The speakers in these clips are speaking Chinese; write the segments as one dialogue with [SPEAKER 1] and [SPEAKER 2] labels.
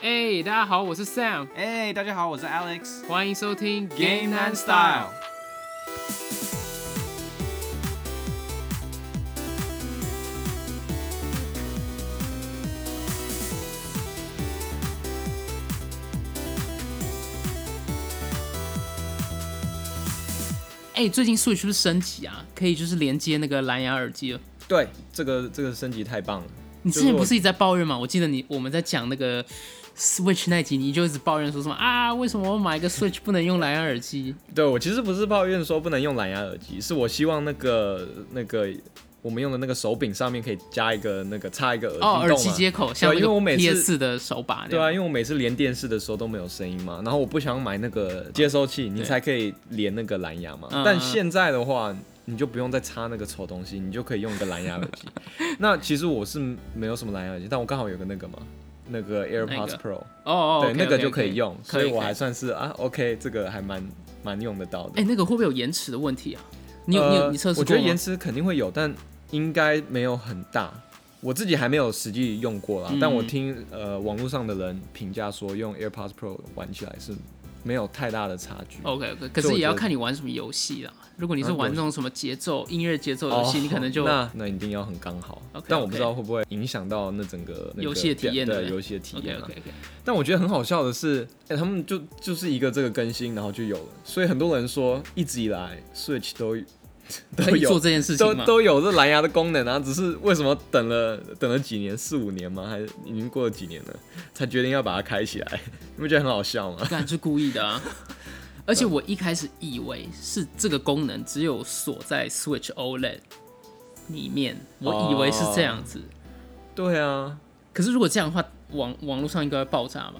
[SPEAKER 1] 哎、大家好，我是 Sam，
[SPEAKER 2] 哎、大家好，我是 Alex。
[SPEAKER 1] 欢迎收听
[SPEAKER 2] Game
[SPEAKER 1] Game and
[SPEAKER 2] and
[SPEAKER 1] Style
[SPEAKER 2] Style。
[SPEAKER 1] 哎、最近 Switch 是不是升级啊？可以就是连接那个蓝牙耳机了。哦
[SPEAKER 3] 对，这个这个升级太棒了。
[SPEAKER 1] 你之前不是一直在抱怨吗？我记得你我们在讲那个 Switch 那集，你就一直抱怨说什么啊，为什么我买一个 Switch 不能用蓝牙耳 机？
[SPEAKER 3] 对我其实不是抱怨说不能用蓝牙耳机，是我希望那个那个我们用的那个手柄上面可以加一个那个插一个耳
[SPEAKER 1] 哦，
[SPEAKER 3] 机
[SPEAKER 1] 耳
[SPEAKER 3] 洞
[SPEAKER 1] 机
[SPEAKER 3] 嘛
[SPEAKER 1] 接口，像那
[SPEAKER 3] 因为我
[SPEAKER 1] 个
[SPEAKER 3] 每
[SPEAKER 1] P
[SPEAKER 3] 次
[SPEAKER 1] S 的手把这
[SPEAKER 3] 对
[SPEAKER 1] 样。
[SPEAKER 3] 啊，因为我每次连电视的时候都没有声音嘛，然后我不想买那个接收器，你才可以连那个蓝牙嘛。
[SPEAKER 1] 嗯
[SPEAKER 3] 但现在的话，你就不用再插那个丑东西，你就可以用一个蓝牙耳机。 那其实我是没有什么蓝牙耳机，但我刚好有个那个嘛，那个 AirPods
[SPEAKER 1] 个
[SPEAKER 3] Pro，、
[SPEAKER 1] 哦哦，
[SPEAKER 3] 对
[SPEAKER 1] OK，
[SPEAKER 3] 那个
[SPEAKER 1] OK，
[SPEAKER 3] 就可
[SPEAKER 1] OK，
[SPEAKER 3] 以用，
[SPEAKER 1] 可
[SPEAKER 3] 所以我还
[SPEAKER 1] 可
[SPEAKER 3] 算是啊 OK，这个还蛮蛮用得到的。
[SPEAKER 1] 哎、那个会不会有延迟的问题啊？你有、你有
[SPEAKER 3] 呃
[SPEAKER 1] 你测试过
[SPEAKER 3] 我觉
[SPEAKER 1] 吗？
[SPEAKER 3] 得延迟肯定会有，但应该没有很大。我自己还没有实际用过啦，
[SPEAKER 1] 嗯
[SPEAKER 3] 但我听呃网络上的人评价说，用 AirPods Pro 玩起来是没有太大的差距。
[SPEAKER 1] OK OK，可
[SPEAKER 3] 所以
[SPEAKER 1] 是
[SPEAKER 3] 我
[SPEAKER 1] 也要
[SPEAKER 3] 觉得
[SPEAKER 1] 看你玩什么游戏啦。如果你是
[SPEAKER 3] 玩
[SPEAKER 1] 玩
[SPEAKER 3] 游
[SPEAKER 1] 那
[SPEAKER 3] 戏
[SPEAKER 1] 种什么节奏音乐节奏游戏，你可能就
[SPEAKER 3] 哦那那一定要很刚好
[SPEAKER 1] OK，
[SPEAKER 3] 但我
[SPEAKER 1] OK
[SPEAKER 3] 不知道会不会影响到那整个那个
[SPEAKER 1] 游戏的体验对不
[SPEAKER 3] 对
[SPEAKER 1] 对
[SPEAKER 3] 游戏的体
[SPEAKER 1] OK
[SPEAKER 3] 验、啊。
[SPEAKER 1] OK OK。
[SPEAKER 3] 但我觉得很好笑的是，哎、他们就就是一个这个更新，然后就有了，所以很多人说一直以来 Switch 都 都
[SPEAKER 1] 可以
[SPEAKER 3] 有
[SPEAKER 1] 做这件事
[SPEAKER 3] 都
[SPEAKER 1] 情吗？
[SPEAKER 3] 都有这蓝牙的功能啊，只是为什么等了等了几年，四五年吗？还是已经过了几年了，才决定要把它开起来？ 你不觉得很好笑吗？
[SPEAKER 1] 干是故意 的啊！而且我一开始以为是这个功能只有锁在 Switch OLED 里面，我以为是这样子。
[SPEAKER 3] 哦对啊，
[SPEAKER 1] 可是如果这样的话，网网络上应该会爆炸吧？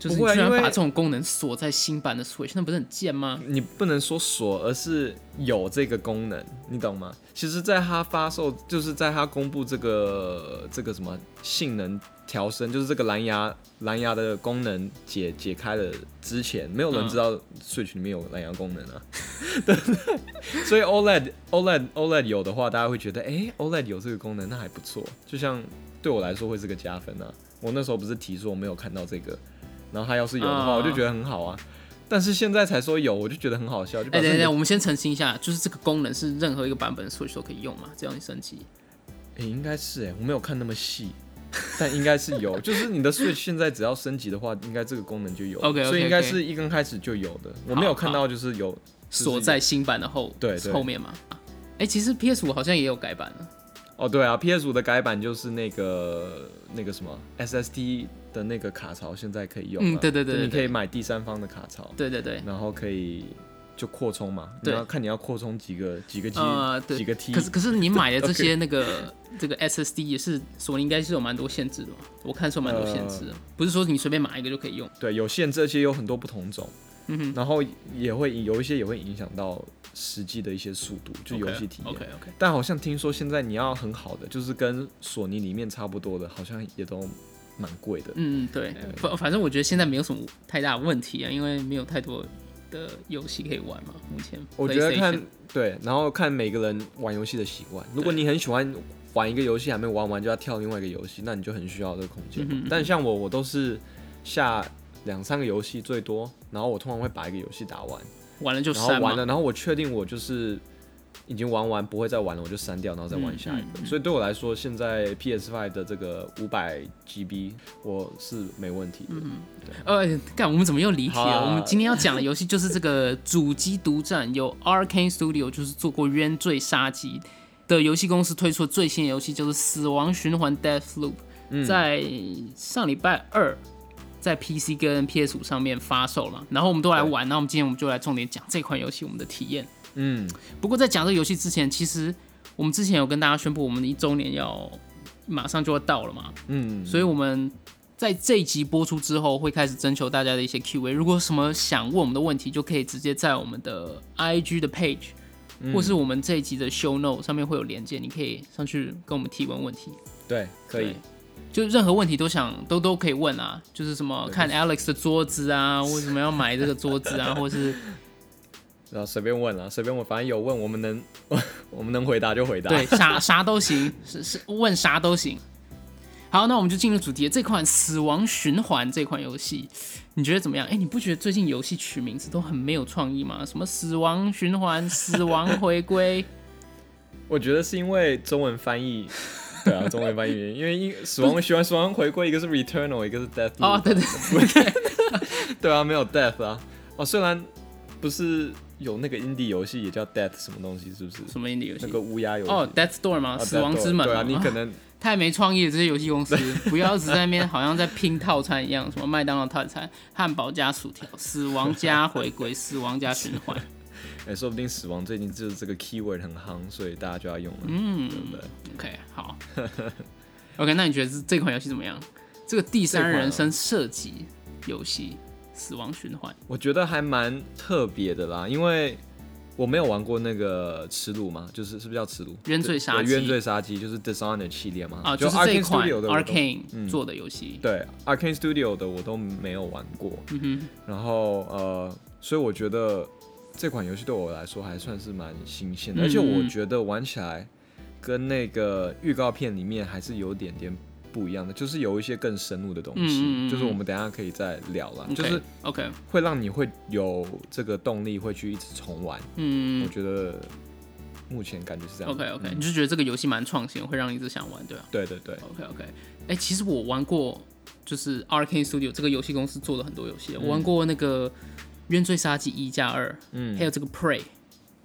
[SPEAKER 1] 就是你
[SPEAKER 3] 不会啊
[SPEAKER 1] 居然
[SPEAKER 3] 因为嗯
[SPEAKER 1] 把这种功能锁在新版的 Switch，那不是很贱吗？
[SPEAKER 3] 你不能说锁，而是有这个功能，你懂吗？其实，在它发售，就是在它公布这个这个什么性能调升，就是这个蓝牙蓝牙的功能解解开了之前，没有人
[SPEAKER 1] 嗯
[SPEAKER 3] 知道 Switch 里面有蓝牙功能啊， 对不对？所以 E OLED OLED OLED E 有的话，大家会觉得，诶 o l e d 有这个功能，那还不错。就像对我来说会是个加分啊。我那时候不是提说我没有看到这个，然后它要是有的话，
[SPEAKER 1] 嗯
[SPEAKER 3] 我就觉得很好啊。但是现在才说有，我就觉得很好笑。就
[SPEAKER 1] 哎、
[SPEAKER 3] 表示
[SPEAKER 1] 等
[SPEAKER 3] 你
[SPEAKER 1] 一下，我们先澄清一下，就是这个功能是任何一个版本的 Switch 都可以用嘛？只要你升级。
[SPEAKER 3] 哎、应该是哎、我没有看那么细， 但应该是有。就是你的 Switch 现在只要升级的话，应该这个功能就有。
[SPEAKER 1] OK，OK，OK
[SPEAKER 3] 所以应该是一刚开始就有的。我没有看到就是有
[SPEAKER 1] 锁在新版的后
[SPEAKER 3] 对对
[SPEAKER 1] 后面嘛。哎、其实 PS 五好像也有改版了，
[SPEAKER 3] 哦，对啊，PS 五的改版就是那个那个什么 SSD 的那个卡槽现在可以用、啊。
[SPEAKER 1] 嗯对对对
[SPEAKER 3] 就你
[SPEAKER 1] 对
[SPEAKER 3] 可以买第三方的卡槽，
[SPEAKER 1] 对对对，
[SPEAKER 3] 然后可以就扩充嘛。
[SPEAKER 1] 对
[SPEAKER 3] 你要看你要扩充几个几个 G、
[SPEAKER 1] 呃，对，
[SPEAKER 3] 几个 T。
[SPEAKER 1] 可是可是你买的 这些那个这个 SSD 也是索尼应该是有蛮多限制的嘛，我看是有蛮多限制的，
[SPEAKER 3] 呃
[SPEAKER 1] 不是说你随便买一个就可以用。
[SPEAKER 3] 对，有限制，而且有很多不同种，
[SPEAKER 1] 嗯哼
[SPEAKER 3] 然后也会有一些也会影响到实际的一些速度，就游戏体验。
[SPEAKER 1] OK OK，
[SPEAKER 3] 但好像听说现在你要很好的，就是跟索尼里面差不多的，好像也都蛮贵的。
[SPEAKER 1] 嗯，对，反反正我觉得现在没有什么太大问题啊，因为没有太多的游戏可以玩嘛，目前。
[SPEAKER 3] 我觉得看对，然后看每个人玩游戏的习惯。如果你很喜欢玩一个游戏还没玩完就要跳另外一个游戏，那你就很需要这个空
[SPEAKER 1] 嗯
[SPEAKER 3] 间。但像我，我都是下两三个游戏最多，然后我通常会把一个游戏打完。
[SPEAKER 1] 完了就
[SPEAKER 3] 然后
[SPEAKER 1] 删嘛
[SPEAKER 3] 完，了，然后我确定我就是已经玩完不会再玩了，我就删掉，然后再玩下一
[SPEAKER 1] 嗯
[SPEAKER 3] 个。所以对我来说，现在 PS Five 的这个五百 GB 我是没问题的。
[SPEAKER 1] 呃，干，我们怎么又离题
[SPEAKER 3] 好
[SPEAKER 1] 了？
[SPEAKER 3] 啊
[SPEAKER 1] 我们今天要讲的游戏就是这个主机独占，由 Arcane Studio 就是做过《冤罪杀机》的游戏公司推出的最新的游戏，就是《死亡循环 Death Loop》在
[SPEAKER 3] 嗯
[SPEAKER 1] 上礼拜二在 PC 跟 PS 五上面发售了。然后我们都来玩，那我们今天我们就来重点讲这款游戏我们的体验。
[SPEAKER 3] 嗯，
[SPEAKER 1] 不过在讲这个游戏之前，其实我们之前有跟大家宣布，我们的一周年要马上就要到了嘛。
[SPEAKER 3] 嗯，
[SPEAKER 1] 所以我们在这一集播出之后，会开始征求大家的一些 Q&A。如果有什么想问我们的问题，就可以直接在我们的 IG 的 page，、或
[SPEAKER 3] 嗯
[SPEAKER 1] 是我们这一集的 show note 上面会有连接，你可以上去跟我们提问问题。
[SPEAKER 3] 对，可以
[SPEAKER 1] 对。就任何问题都想都都可以问啊，就是什么看 Alex 的桌子啊，为什么要买这个桌子 啊，或是
[SPEAKER 3] 然后随便问啦，随便问，反正有问我们能 我们能回答就回答。
[SPEAKER 1] 对，啥啥都行，是是问啥都行。好，那我们就进入主题了。这款《死亡循环》这款游戏，你觉得怎么样？哎、你不觉得最近游戏取名字都很没有创意吗？什么“死亡循环”“ 死亡回归
[SPEAKER 3] 我觉得是因为中文翻译，对啊，中文翻译原因，因为英死亡喜欢死亡回归，一个是 Returnal，一个是 Death ”？
[SPEAKER 1] 哦，对对对对，
[SPEAKER 3] 对啊，没有 Death 啊，哦，虽然不是有那个 indie 游戏也叫 Death 什么东西，是不是？
[SPEAKER 1] 什么 indie 游
[SPEAKER 3] 那个
[SPEAKER 1] 戏？
[SPEAKER 3] 乌鸦游戏
[SPEAKER 1] 哦，Death Door 吗？
[SPEAKER 3] 啊
[SPEAKER 1] 死亡之门
[SPEAKER 3] 对啊，
[SPEAKER 1] 吗。
[SPEAKER 3] 你可能
[SPEAKER 1] 太没创意了，这些游戏公司不要只在那边好像在拼套餐一样，什么麦当劳套餐、汉堡加薯条、死亡加回归、死亡加循环。
[SPEAKER 3] 哎、说不定死亡最近就是这个 keyword 很夯，所以大家就要用了，
[SPEAKER 1] 嗯
[SPEAKER 3] 对不对？
[SPEAKER 1] OK，好。OK，那你觉得这这款游戏怎么样？这个第三人称射击游戏《死亡循环》
[SPEAKER 3] 我觉得还蛮特别的啦，因为我没有玩过那个耻辱嘛，就是是不是叫耻辱？
[SPEAKER 1] 冤罪杀
[SPEAKER 3] 对
[SPEAKER 1] 机
[SPEAKER 3] 冤罪杀机就是 Dishonor 系列嘛，
[SPEAKER 1] 啊，
[SPEAKER 3] 嗯就是
[SPEAKER 1] 这一
[SPEAKER 3] Arcane
[SPEAKER 1] 款
[SPEAKER 3] Studio 的我都
[SPEAKER 1] Arcane
[SPEAKER 3] 嗯
[SPEAKER 1] 做的游戏。
[SPEAKER 3] 对 Arcane Studio 的我都没有玩过，
[SPEAKER 1] 嗯哼，
[SPEAKER 3] 然后呃，所以我觉得这款游戏对我来说还算是蛮新鲜的，
[SPEAKER 1] 嗯
[SPEAKER 3] 而且我觉得玩起来跟那个预告片里面还是有点点不一样的，就是有一些更深入的东西，
[SPEAKER 1] 嗯嗯嗯嗯
[SPEAKER 3] 就是我们等一下可以再聊啦
[SPEAKER 1] o k
[SPEAKER 3] 就是
[SPEAKER 1] OK，
[SPEAKER 3] 会让你会有这个动力会去一直重玩，我
[SPEAKER 1] 嗯
[SPEAKER 3] 觉得目前感觉是这样。
[SPEAKER 1] ，OK OK，
[SPEAKER 3] 嗯
[SPEAKER 1] 你就觉得这个游戏蛮创新，会让你一直想玩，对吧、
[SPEAKER 3] 对对对，
[SPEAKER 1] OK OK，哎、其实我玩过，就是 Arcane Studio 这个游戏公司做了很多游戏的，我玩过那个《冤罪杀机一加二》，
[SPEAKER 3] 嗯
[SPEAKER 1] 还有这个 Prey，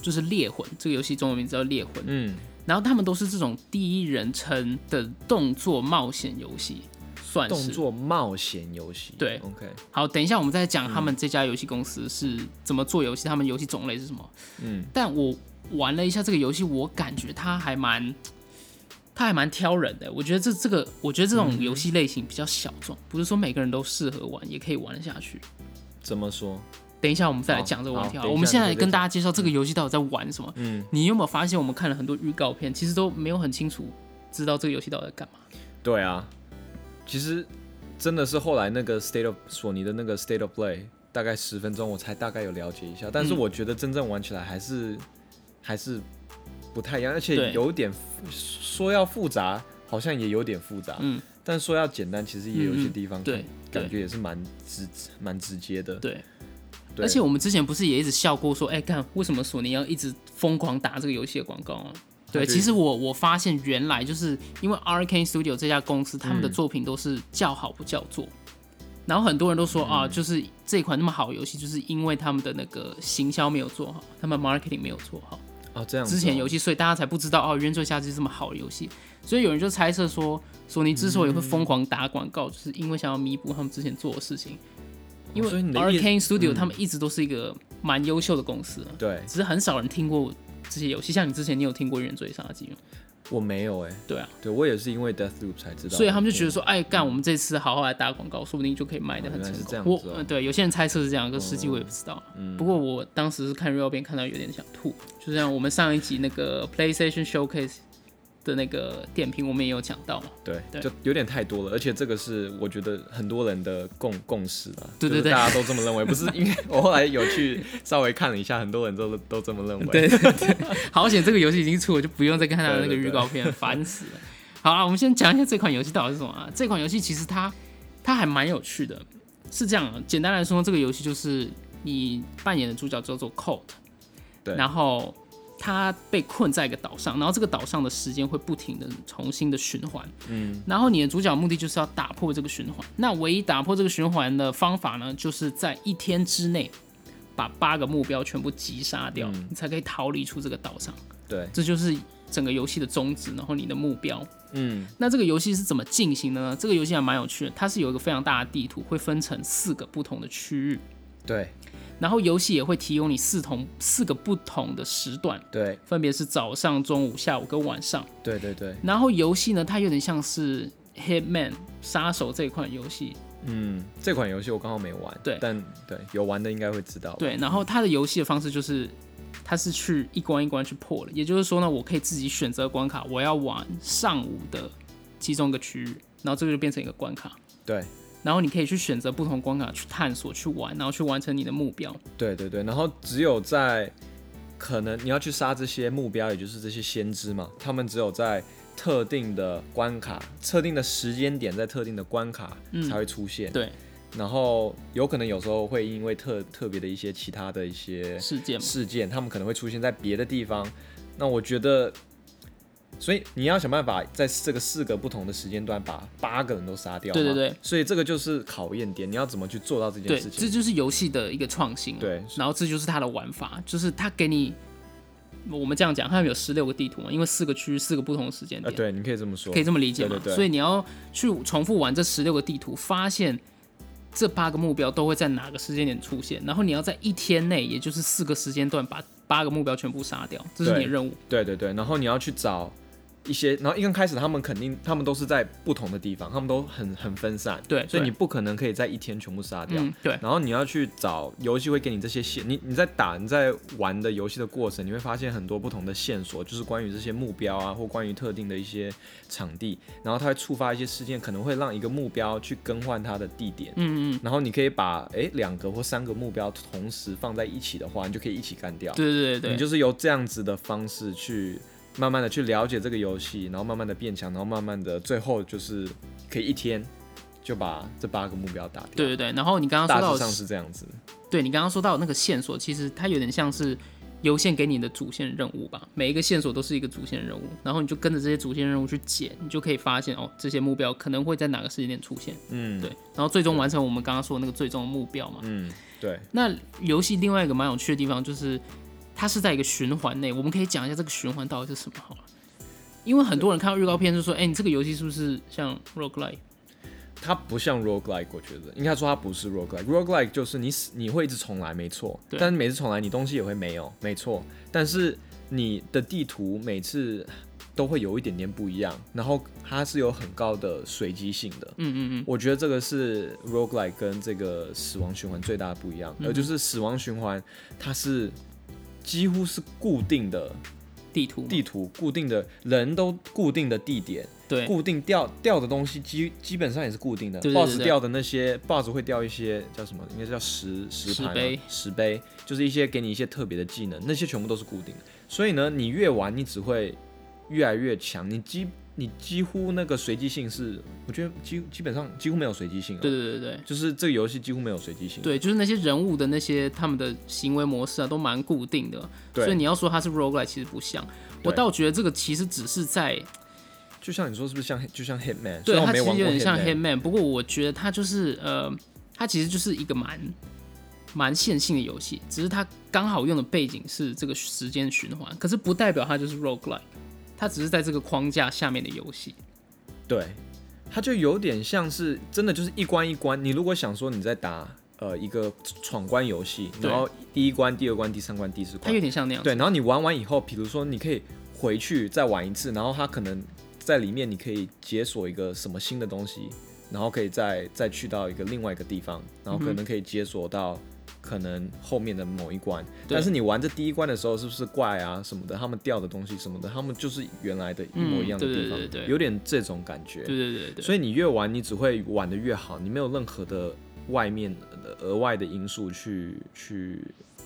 [SPEAKER 1] 就是猎魂，这个游戏中文名字叫猎魂。
[SPEAKER 3] 嗯，
[SPEAKER 1] 然后他们都是这种第一人称的动作冒险游戏，算
[SPEAKER 3] 动
[SPEAKER 1] 是。
[SPEAKER 3] 作冒险游戏。
[SPEAKER 1] 对
[SPEAKER 3] ，OK，
[SPEAKER 1] 好，等一下我们再讲他们这家游戏公司是怎么做游戏，他们游戏种类是什么。
[SPEAKER 3] 嗯，
[SPEAKER 1] 但我玩了一下这个游戏，我感觉它还蛮，它还蛮挑人的。我觉得这这个，我觉得这种游戏类型比较小众，不是说每个人都适合玩，也可以玩得下去。
[SPEAKER 3] 怎么说？
[SPEAKER 1] 等一下我们再来
[SPEAKER 3] 好
[SPEAKER 1] 讲这个问题啊。
[SPEAKER 3] 好等一下
[SPEAKER 1] 我们现在
[SPEAKER 3] 你
[SPEAKER 1] 来
[SPEAKER 3] 再
[SPEAKER 1] 跟大家介绍这个游戏到底在玩什么。
[SPEAKER 3] 嗯，
[SPEAKER 1] 你有没有发现，我们看了很多预告片，其实都没有很清楚知道这个游戏到底在干嘛？
[SPEAKER 3] 对啊，其实真的是后来那个 State of 索尼的那个 State of Play，大概十分钟我才大概有了解一下，但
[SPEAKER 1] 嗯
[SPEAKER 3] 是我觉得真正玩起来还是、还是不太一样，而且
[SPEAKER 1] 对
[SPEAKER 3] 有点复说要复杂，好像也有点复杂，
[SPEAKER 1] 嗯，
[SPEAKER 3] 但说要简单，其实也有一些地方
[SPEAKER 1] 对
[SPEAKER 3] 感
[SPEAKER 1] 对
[SPEAKER 3] 感觉也是蛮直蛮直接的，
[SPEAKER 1] 对。
[SPEAKER 3] 对
[SPEAKER 1] 而且我们之前不是也一直笑过说，哎、看为什么索尼要一直疯狂打这个游戏的广告啊？对，
[SPEAKER 3] 对
[SPEAKER 1] 其实我我发现原来就是因为 Arcane Studio 这家公司，他们的
[SPEAKER 3] 嗯
[SPEAKER 1] 作品都是叫好不叫座，然后很多人都说、
[SPEAKER 3] 嗯
[SPEAKER 1] 啊，就是这款那么好的游戏，就是因为他们的那个行销没有做好，他们 marketing 没有做好，
[SPEAKER 3] 哦这样子哦
[SPEAKER 1] 之前游戏，所以大家才不知道哦，《原罪下机》这么好的游戏，所以有人就猜测说，索尼之所以会疯狂打广告，就是因为想要弥补他们之前做的事情。因为
[SPEAKER 3] 哦所以你的意思
[SPEAKER 1] Arcane Studio
[SPEAKER 3] 嗯
[SPEAKER 1] 他们一直都是一个蛮优秀的公司，
[SPEAKER 3] 对
[SPEAKER 1] 只是很少人听过这些游戏。像你之前，你有听过《原罪杀机》吗？
[SPEAKER 3] 我没有哎、
[SPEAKER 1] 对啊，
[SPEAKER 3] 对我也是因为 Deathloop 才知道的，
[SPEAKER 1] 所以他们就觉得说，哎，干，我们这次好好来打广告，说不定就可以卖得很成
[SPEAKER 3] 嗯哦原来是这
[SPEAKER 1] 功。
[SPEAKER 3] 样子
[SPEAKER 1] 我
[SPEAKER 3] 哦嗯
[SPEAKER 1] 呃对有些人猜测是这样，可实际我也不知道。不过我当时是看预告片看到有点想吐，就像我们上一集那个 PlayStation Showcase 的那个点评，我们也有讲到嘛。
[SPEAKER 3] 对，
[SPEAKER 1] 对
[SPEAKER 3] 就有点太多了，而且这个是我觉得很多人的共共识啦，
[SPEAKER 1] 对对
[SPEAKER 3] 就是
[SPEAKER 1] 对
[SPEAKER 3] 大家都这么认为，不是 因为我后来有去稍微看了一下，很多人都都这么认为，
[SPEAKER 1] 对对对， 好险这个游戏已经出了，就不用再看它的那个
[SPEAKER 3] 对对对
[SPEAKER 1] 预告片，烦死了。好啊，我们先讲一下这款游戏到底是什么啊？这款游戏其实它它还蛮有趣的，是这样啊，简单来说，这个游戏就是你扮演的主角叫做 Colt，
[SPEAKER 3] 对
[SPEAKER 1] 然后他被困在一个岛上，然后这个岛上的时间会不停的重新的循环，嗯，然后你的主角目的就是要打破这个循环，那唯一打破这个循环的方法呢，就是在一天之内把八个目标全部击杀掉，你才可以逃离出这个岛上，
[SPEAKER 3] 对，
[SPEAKER 1] 这就是整个游戏的宗旨，然后你的目标，
[SPEAKER 3] 嗯，
[SPEAKER 1] 那这个游戏是怎么进行的呢？这个游戏还蛮有趣的，它是有一个非常大的地图，会分成四个不同的区域，
[SPEAKER 3] 对
[SPEAKER 1] 然后游戏也会提供你四同四个不同的时段，
[SPEAKER 3] 对
[SPEAKER 1] 分别是早上、中午、下午跟晚上。
[SPEAKER 3] 对对对，
[SPEAKER 1] 然后游戏呢，它有点像是 Hitman 杀手这款游戏，
[SPEAKER 3] 嗯，这款游戏我刚好没玩，
[SPEAKER 1] 对
[SPEAKER 3] 但对有玩的应该会知道，，
[SPEAKER 1] 对。然后它的游戏的方式就是，它是去一关一关去破的，也就是说呢，我可以自己选择关卡，我要玩上午的其中一个区域，然后这个就变成一个关卡。
[SPEAKER 3] 对
[SPEAKER 1] 然后你可以去选择不同关卡去探索、去玩，然后去完成你的目标。
[SPEAKER 3] 对对对，然后只有在可能你要去杀这些目标，也就是这些先知嘛，他们只有在特定的关卡、特定的时间点，在特定的关卡
[SPEAKER 1] 嗯
[SPEAKER 3] 才会出现。
[SPEAKER 1] 对，
[SPEAKER 3] 然后有可能有时候会因为特特别的一些其他的一些
[SPEAKER 1] 事件嘛，
[SPEAKER 3] 事件，他们可能会出现在别的地方。那我觉得，所以你要想办法在这个四个不同的时间段把八个人都杀掉嘛。
[SPEAKER 1] 对对对
[SPEAKER 3] 所以这个就是考验点，你要怎么去做到这件
[SPEAKER 1] 对，
[SPEAKER 3] 事
[SPEAKER 1] 这
[SPEAKER 3] 情？
[SPEAKER 1] 就是游戏的一个创新、啊。
[SPEAKER 3] 对
[SPEAKER 1] 然后这就是它的玩法，就是它给你，我们这样讲，它有十六个地图嘛，因为四个区域、四个不同的时间
[SPEAKER 3] 啊，
[SPEAKER 1] 点，
[SPEAKER 3] 对，你可以这么说。
[SPEAKER 1] 可以这么理解嘛？
[SPEAKER 3] 对对对
[SPEAKER 1] 所以你要去重复玩这十六个地图，发现这八个目标都会在哪个时间点出现，然后你要在一天内，也就是四个时间段，把八个目标全部杀掉，这是你的
[SPEAKER 3] 对
[SPEAKER 1] 任务。
[SPEAKER 3] 对对对，然后你要去找一些，然后一刚开始他们肯定他们都是在不同的地方，他们都很很分散，
[SPEAKER 1] 对
[SPEAKER 3] 所
[SPEAKER 1] 对
[SPEAKER 3] 以你不可能可以在一天全部杀掉。
[SPEAKER 1] 嗯，对，
[SPEAKER 3] 然后你要去找游戏会给你这些线，你你在打你在玩的游戏的过程，你会发现很多不同的线索，就是关于这些目标啊，或关于特定的一些场地，然后它会触发一些事件，可能会让一个目标去更换它的地点。
[SPEAKER 1] 嗯嗯，
[SPEAKER 3] 然后你可以把诶两个或三个目标同时放在一起的话，你就可以一起干掉。
[SPEAKER 1] 对对对对，
[SPEAKER 3] 你就是由这样子的方式去慢慢的去了解这个游戏，然后慢慢的变强，然后慢慢的最后就是可以一天就把这八个目标打掉。
[SPEAKER 1] 对对对。然后你刚刚
[SPEAKER 3] 大
[SPEAKER 1] 说到
[SPEAKER 3] 致
[SPEAKER 1] 的
[SPEAKER 3] 上是这样子。
[SPEAKER 1] 对你刚刚说到那个线索，其实它有点像是优先给你的主线任务吧，每一个线索都是一个主线任务，然后你就跟着这些主线任务去解，你就可以发现哦，这些目标可能会在哪个时间点出现，
[SPEAKER 3] 嗯，
[SPEAKER 1] 对，然后最终完成我们刚刚说的那个最终的目标嘛。
[SPEAKER 3] 嗯，对，
[SPEAKER 1] 那游戏另外一个蛮有趣的地方就是，它是在一个循环内，我们可以讲一下这个循环到底是什么好了。因为很多人看到预告片就说：“哎、你这个游戏是不是像 roguelike？”
[SPEAKER 3] 它不像 roguelike，我觉得应该说它不是 roguelike。roguelike 就是你死你会一直重来，没错，
[SPEAKER 1] 对
[SPEAKER 3] 但是每次重来你东西也会没有，没错，但是你的地图每次都会有一点点不一样，然后它是有很高的随机性的。
[SPEAKER 1] 嗯嗯
[SPEAKER 3] 我觉得这个是 roguelike 跟这个死亡循环最大的不一样，
[SPEAKER 1] 嗯
[SPEAKER 3] 呃，就是死亡循环它是几乎是固定的
[SPEAKER 1] 嗯，地图嘛
[SPEAKER 3] 地图、固定的人都固定的地点，
[SPEAKER 1] 对
[SPEAKER 3] 固定掉掉的东西基基本上也是固定的
[SPEAKER 1] 对对对
[SPEAKER 3] b o s
[SPEAKER 1] 对
[SPEAKER 3] s 掉的那些 boss 会掉一些叫什么？应该叫石石盘、啊、
[SPEAKER 1] 石碑
[SPEAKER 3] 石碑就是一些给你一些特别的技能，那些全部都是固定的。所以呢，你越玩你只会越来越强，你基你几乎那个随机性是，我觉得基基本上几乎没有随机性了。啊
[SPEAKER 1] 对对对对。
[SPEAKER 3] 就是这个游戏几乎没有随机性。
[SPEAKER 1] 对，就是那些人物的那些他们的行为模式啊，都蛮固定的。
[SPEAKER 3] 对
[SPEAKER 1] 所以你要说它是 roguelike，其实不像。我
[SPEAKER 3] 对
[SPEAKER 1] 倒觉得这个其实只是在，
[SPEAKER 3] 就像你说，是不是像就像 Hitman？虽
[SPEAKER 1] 对
[SPEAKER 3] 然我
[SPEAKER 1] 它
[SPEAKER 3] 没
[SPEAKER 1] 其实
[SPEAKER 3] 玩
[SPEAKER 1] 有
[SPEAKER 3] 过
[SPEAKER 1] 点像
[SPEAKER 3] Hitman。
[SPEAKER 1] Hitman，不过我觉得它就是呃，它其实就是一个蛮蛮线性的游戏，只是它刚好用的背景是这个时间循环，可是不代表它就是 roguelike，它只是在这个框架下面的游戏。
[SPEAKER 3] 对，它就有点像是真的就是一关一关。你如果想说你在打呃一个闯关游戏，
[SPEAKER 1] 对
[SPEAKER 3] 然后第一关、第二关、第三关、第四
[SPEAKER 1] 它
[SPEAKER 3] 关
[SPEAKER 1] 有，点像那样子。
[SPEAKER 3] 对，然后你玩完以后，比如说你可以回去再玩一次，然后它可能在里面你可以解锁一个什么新的东西，然后可以再再去到一个另外一个地方，然后可能可以解锁到。可能后面的某一关，
[SPEAKER 1] 对
[SPEAKER 3] 但是你玩这第一关的时候，是不是怪啊什么的，他们掉的东西什么的，他们就是原来的一模一样
[SPEAKER 1] 嗯
[SPEAKER 3] 的
[SPEAKER 1] 对
[SPEAKER 3] 地
[SPEAKER 1] 对
[SPEAKER 3] 方，
[SPEAKER 1] 对对
[SPEAKER 3] 有点这种感觉。
[SPEAKER 1] 对对对对。
[SPEAKER 3] 所以你越玩，你只会玩的越好，你没有任何的外面的额外的因素去去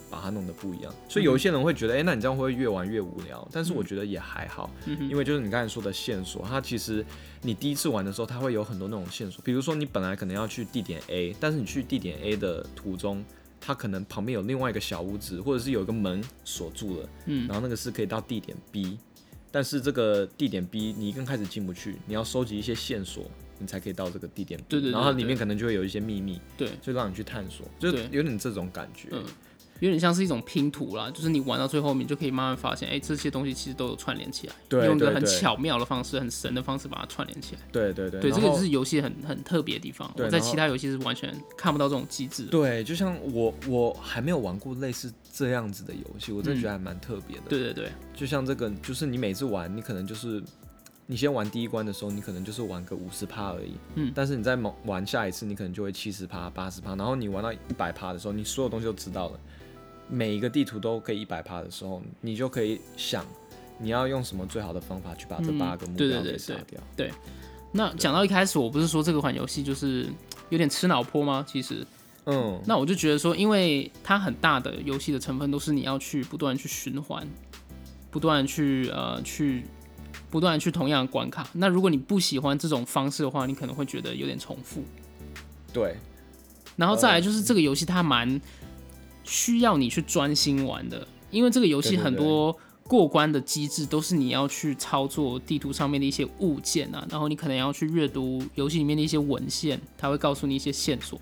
[SPEAKER 3] 把它弄得不一
[SPEAKER 1] 嗯
[SPEAKER 3] 样。所以有一些人会觉得，哎、那你这样会不会越玩越无聊？但是我觉得也还好，
[SPEAKER 1] 嗯
[SPEAKER 3] 因为就是你刚才说的线索，它其实你第一次玩的时候，它会有很多那种线索，比如说你本来可能要去地点 A，但是你去地点 A 的途中。它可能旁边有另外一个小屋子，或者是有一个门锁住了，
[SPEAKER 1] 嗯
[SPEAKER 3] 然后那个是可以到地点 B，但是这个地点 B 你刚开始进不去，你要收集一些线索，你才可以到这个地点 B。
[SPEAKER 1] 对对对
[SPEAKER 3] 然后里
[SPEAKER 1] 对
[SPEAKER 3] 面可能就会有一些秘密，
[SPEAKER 1] 对
[SPEAKER 3] 就让你去探索，就是
[SPEAKER 1] 对
[SPEAKER 3] 有点这种感觉。
[SPEAKER 1] 嗯有点像是一种拼图啦，就是你玩到最后面，就可以慢慢发现，哎、这些东西其实都有串联起来，
[SPEAKER 3] 对
[SPEAKER 1] 用一个
[SPEAKER 3] 对
[SPEAKER 1] 很
[SPEAKER 3] 对
[SPEAKER 1] 巧妙的方式、很神的方式把它串联起来。
[SPEAKER 3] 对对对，
[SPEAKER 1] 对，
[SPEAKER 3] 然
[SPEAKER 1] 这个
[SPEAKER 3] 后
[SPEAKER 1] 就是游戏很很特别的地方，
[SPEAKER 3] 对
[SPEAKER 1] 我在
[SPEAKER 3] 然后
[SPEAKER 1] 其他游戏是完全看不到这种机制的。
[SPEAKER 3] 对，就像我我还没有玩过类似这样子的游戏，我
[SPEAKER 1] 嗯
[SPEAKER 3] 真的觉得还蛮特别的。
[SPEAKER 1] 对对对
[SPEAKER 3] 就像这个，就是你每次玩，你可能就是你先玩第一关的时候，你可能就是玩个五十趴而已，
[SPEAKER 1] 嗯
[SPEAKER 3] 但是你再猛玩下一次，你可能就会七十趴、八十趴，然后你玩到一百趴的时候，你所有东西都知道了，每一个地图都可以一百趴的时候，你就可以想你要用什么最好的方法去把这
[SPEAKER 1] 嗯
[SPEAKER 3] 八个目
[SPEAKER 1] 对对
[SPEAKER 3] 标
[SPEAKER 1] 对
[SPEAKER 3] 给杀
[SPEAKER 1] 对
[SPEAKER 3] 掉。
[SPEAKER 1] 那讲到一开始，我不是说这个款游戏就是有点吃脑波吗？其实，
[SPEAKER 3] 嗯，
[SPEAKER 1] 那我就觉得说，因为它很大的游戏的成分都是你要去不断去循环，不断去呃去不断地去同样的关卡。那如果你不喜欢这种方式的话，你可能会觉得有点重复。
[SPEAKER 3] 对，
[SPEAKER 1] 然后再
[SPEAKER 3] 嗯
[SPEAKER 1] 来就是这个游戏它蛮需要你去专心玩的，因为这个游戏
[SPEAKER 3] 对对
[SPEAKER 1] 很多过关的机制都是你要去操作地图上面的一些物件啊，然后你可能要去阅读游戏里面的一些文献，它会告诉你一些线索，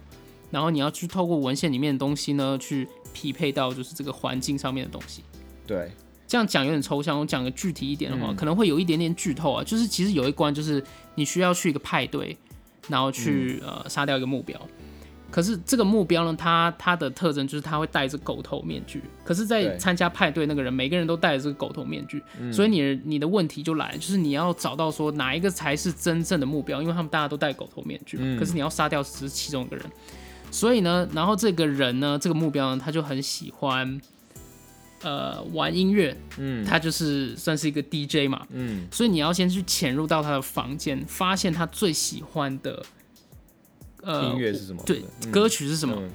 [SPEAKER 1] 然后你要去透过文献里面的东西呢，去匹配到就是这个环境上面的东西。
[SPEAKER 3] 对，
[SPEAKER 1] 这样讲有点抽象，我讲个具体一点的话，可能会有一点点剧透啊。就是其实有一关就是你需要去一个派对，然后去、呃杀掉一个目标。可是这个目标呢，它它的特征就是它会戴着狗头面具。可是，在
[SPEAKER 3] 对
[SPEAKER 1] 参加派对那个人，每个人都戴着这个狗头面具，所以你的你的问题就来了，就是你要找到说哪一个才是真正的目标，因为他们大家都戴狗头面具嘛。可是你要杀掉只是其中一个人，所以呢，然后这个人呢，这个目标呢，他就很喜欢。呃，玩音乐，
[SPEAKER 3] 嗯
[SPEAKER 1] 他就是算是一个 DJ 嘛，
[SPEAKER 3] 嗯，
[SPEAKER 1] 所以你要先去潜入到他的房间，发现他最喜欢的呃
[SPEAKER 3] 音乐是什么？
[SPEAKER 1] 对、
[SPEAKER 3] 嗯
[SPEAKER 1] 歌曲是什么。
[SPEAKER 3] 嗯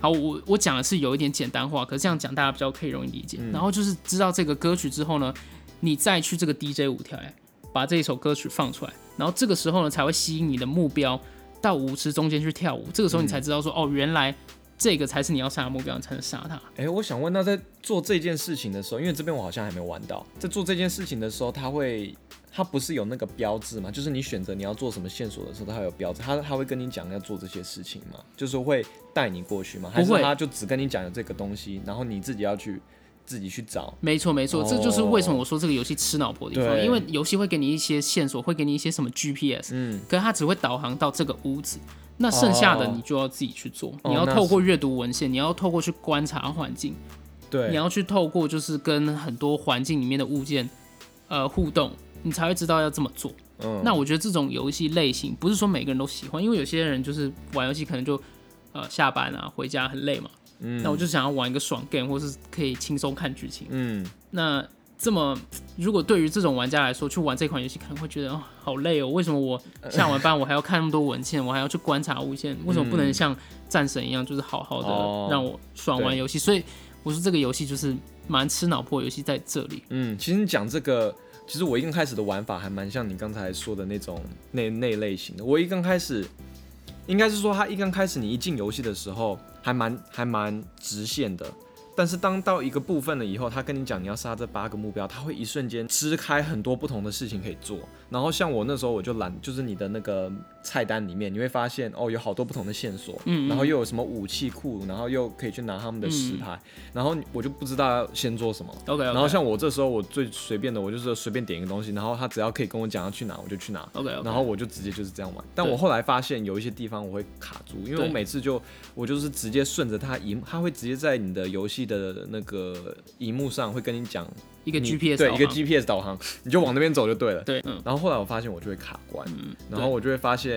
[SPEAKER 1] 好，我我讲的是有一点简单化，可是这样讲大家比较可以容易理解。
[SPEAKER 3] 嗯
[SPEAKER 1] 然后就是知道这个歌曲之后呢，你再去这个 DJ 舞台把这一首歌曲放出来，然后这个时候呢才会吸引你的目标到舞池中间去跳舞。这个时
[SPEAKER 3] 嗯
[SPEAKER 1] 候你才知道说，哦，原来这个才是你要杀的目标，你才能杀他。
[SPEAKER 3] 哎、我想问，那在做这件事情的时候，因为这边我好像还没玩到，在做这件事情的时候，它会，它不是有那个标志吗？就是你选择你要做什么线索的时候，它会有标志，它它会跟你讲要做这些事情吗？就是会带你过去吗？还是
[SPEAKER 1] 不会
[SPEAKER 3] 它就只跟你讲有这个东西，然后你自己要去自己去找？
[SPEAKER 1] 没错，没错，
[SPEAKER 3] 哦
[SPEAKER 1] 这就是为什么我说这个游戏吃脑婆的地方，
[SPEAKER 3] 对
[SPEAKER 1] 因为游戏会给你一些线索，会给你一些什么 GPS，
[SPEAKER 3] 嗯，
[SPEAKER 1] 可是它只会导航到这个屋子，那剩下的
[SPEAKER 3] 哦
[SPEAKER 1] 你就要自己去做，
[SPEAKER 3] 哦
[SPEAKER 1] 你要
[SPEAKER 3] 那
[SPEAKER 1] 透过阅读文献，你要透过去观察环境，你
[SPEAKER 3] 对，
[SPEAKER 1] 要去透过就是跟很多环境里面的物件呃互动，你才会知道要这么做。
[SPEAKER 3] 嗯，
[SPEAKER 1] 那我觉得这种游戏类型不是说每个人都喜欢，因为有些人就是玩游戏可能就呃下班啊回家很累嘛，
[SPEAKER 3] 嗯
[SPEAKER 1] 那我就想要玩一个爽 game 或是可以轻松看剧情。
[SPEAKER 3] 嗯，
[SPEAKER 1] 那这么，如果对于这种玩家来说，去玩这款游戏可能会觉得哦，好累哦。为什么我
[SPEAKER 3] 呃
[SPEAKER 1] 下完班我还要看那么多文 献，我还要去观察物件？为什么不能像战神一样，就是好好
[SPEAKER 3] 嗯哦
[SPEAKER 1] 的让我爽玩
[SPEAKER 3] 对
[SPEAKER 1] 游戏？所以我说这个游戏就是蛮吃脑破，游戏在这里。
[SPEAKER 3] 嗯，其实你讲这个，其实我一刚开始的玩法还蛮像你刚才说的那种那那类型的。我一刚开始，应该是说他一刚开始你一进游戏的时候，还蛮还蛮直线的。但是当到一个部分了以后，他跟你讲你要杀这八个目标，他会一瞬间支开很多不同的事情可以做。然后像我那时候我就懒，就是你的那个菜单里面，你会发现哦有好多不同的线索，
[SPEAKER 1] 嗯嗯嗯
[SPEAKER 3] 然后又有什么武器库，然后又可以去拿他们的石牌，然后我就不知道要先做什么。
[SPEAKER 1] OK，
[SPEAKER 3] 然后像我这时候，我最随便的，我就是随便点一个东西，然后他只要可以跟我讲要去哪，我就去哪。
[SPEAKER 1] OK，
[SPEAKER 3] 然后我就直接就是这样玩。但
[SPEAKER 1] 对
[SPEAKER 3] 我后来发现有一些地方我会卡住，因为
[SPEAKER 1] 对
[SPEAKER 3] 我每次就我就是直接顺着它荧，它会直接在你的游戏的那个荧幕上会跟你讲
[SPEAKER 1] 一个
[SPEAKER 3] 你
[SPEAKER 1] GPS
[SPEAKER 3] 对一个
[SPEAKER 1] 导航
[SPEAKER 3] GPS 导航，你就往那边走就对了。
[SPEAKER 1] 对，嗯，
[SPEAKER 3] 然后后来我发现我就会卡关，然后
[SPEAKER 1] 对
[SPEAKER 3] 我就会发现。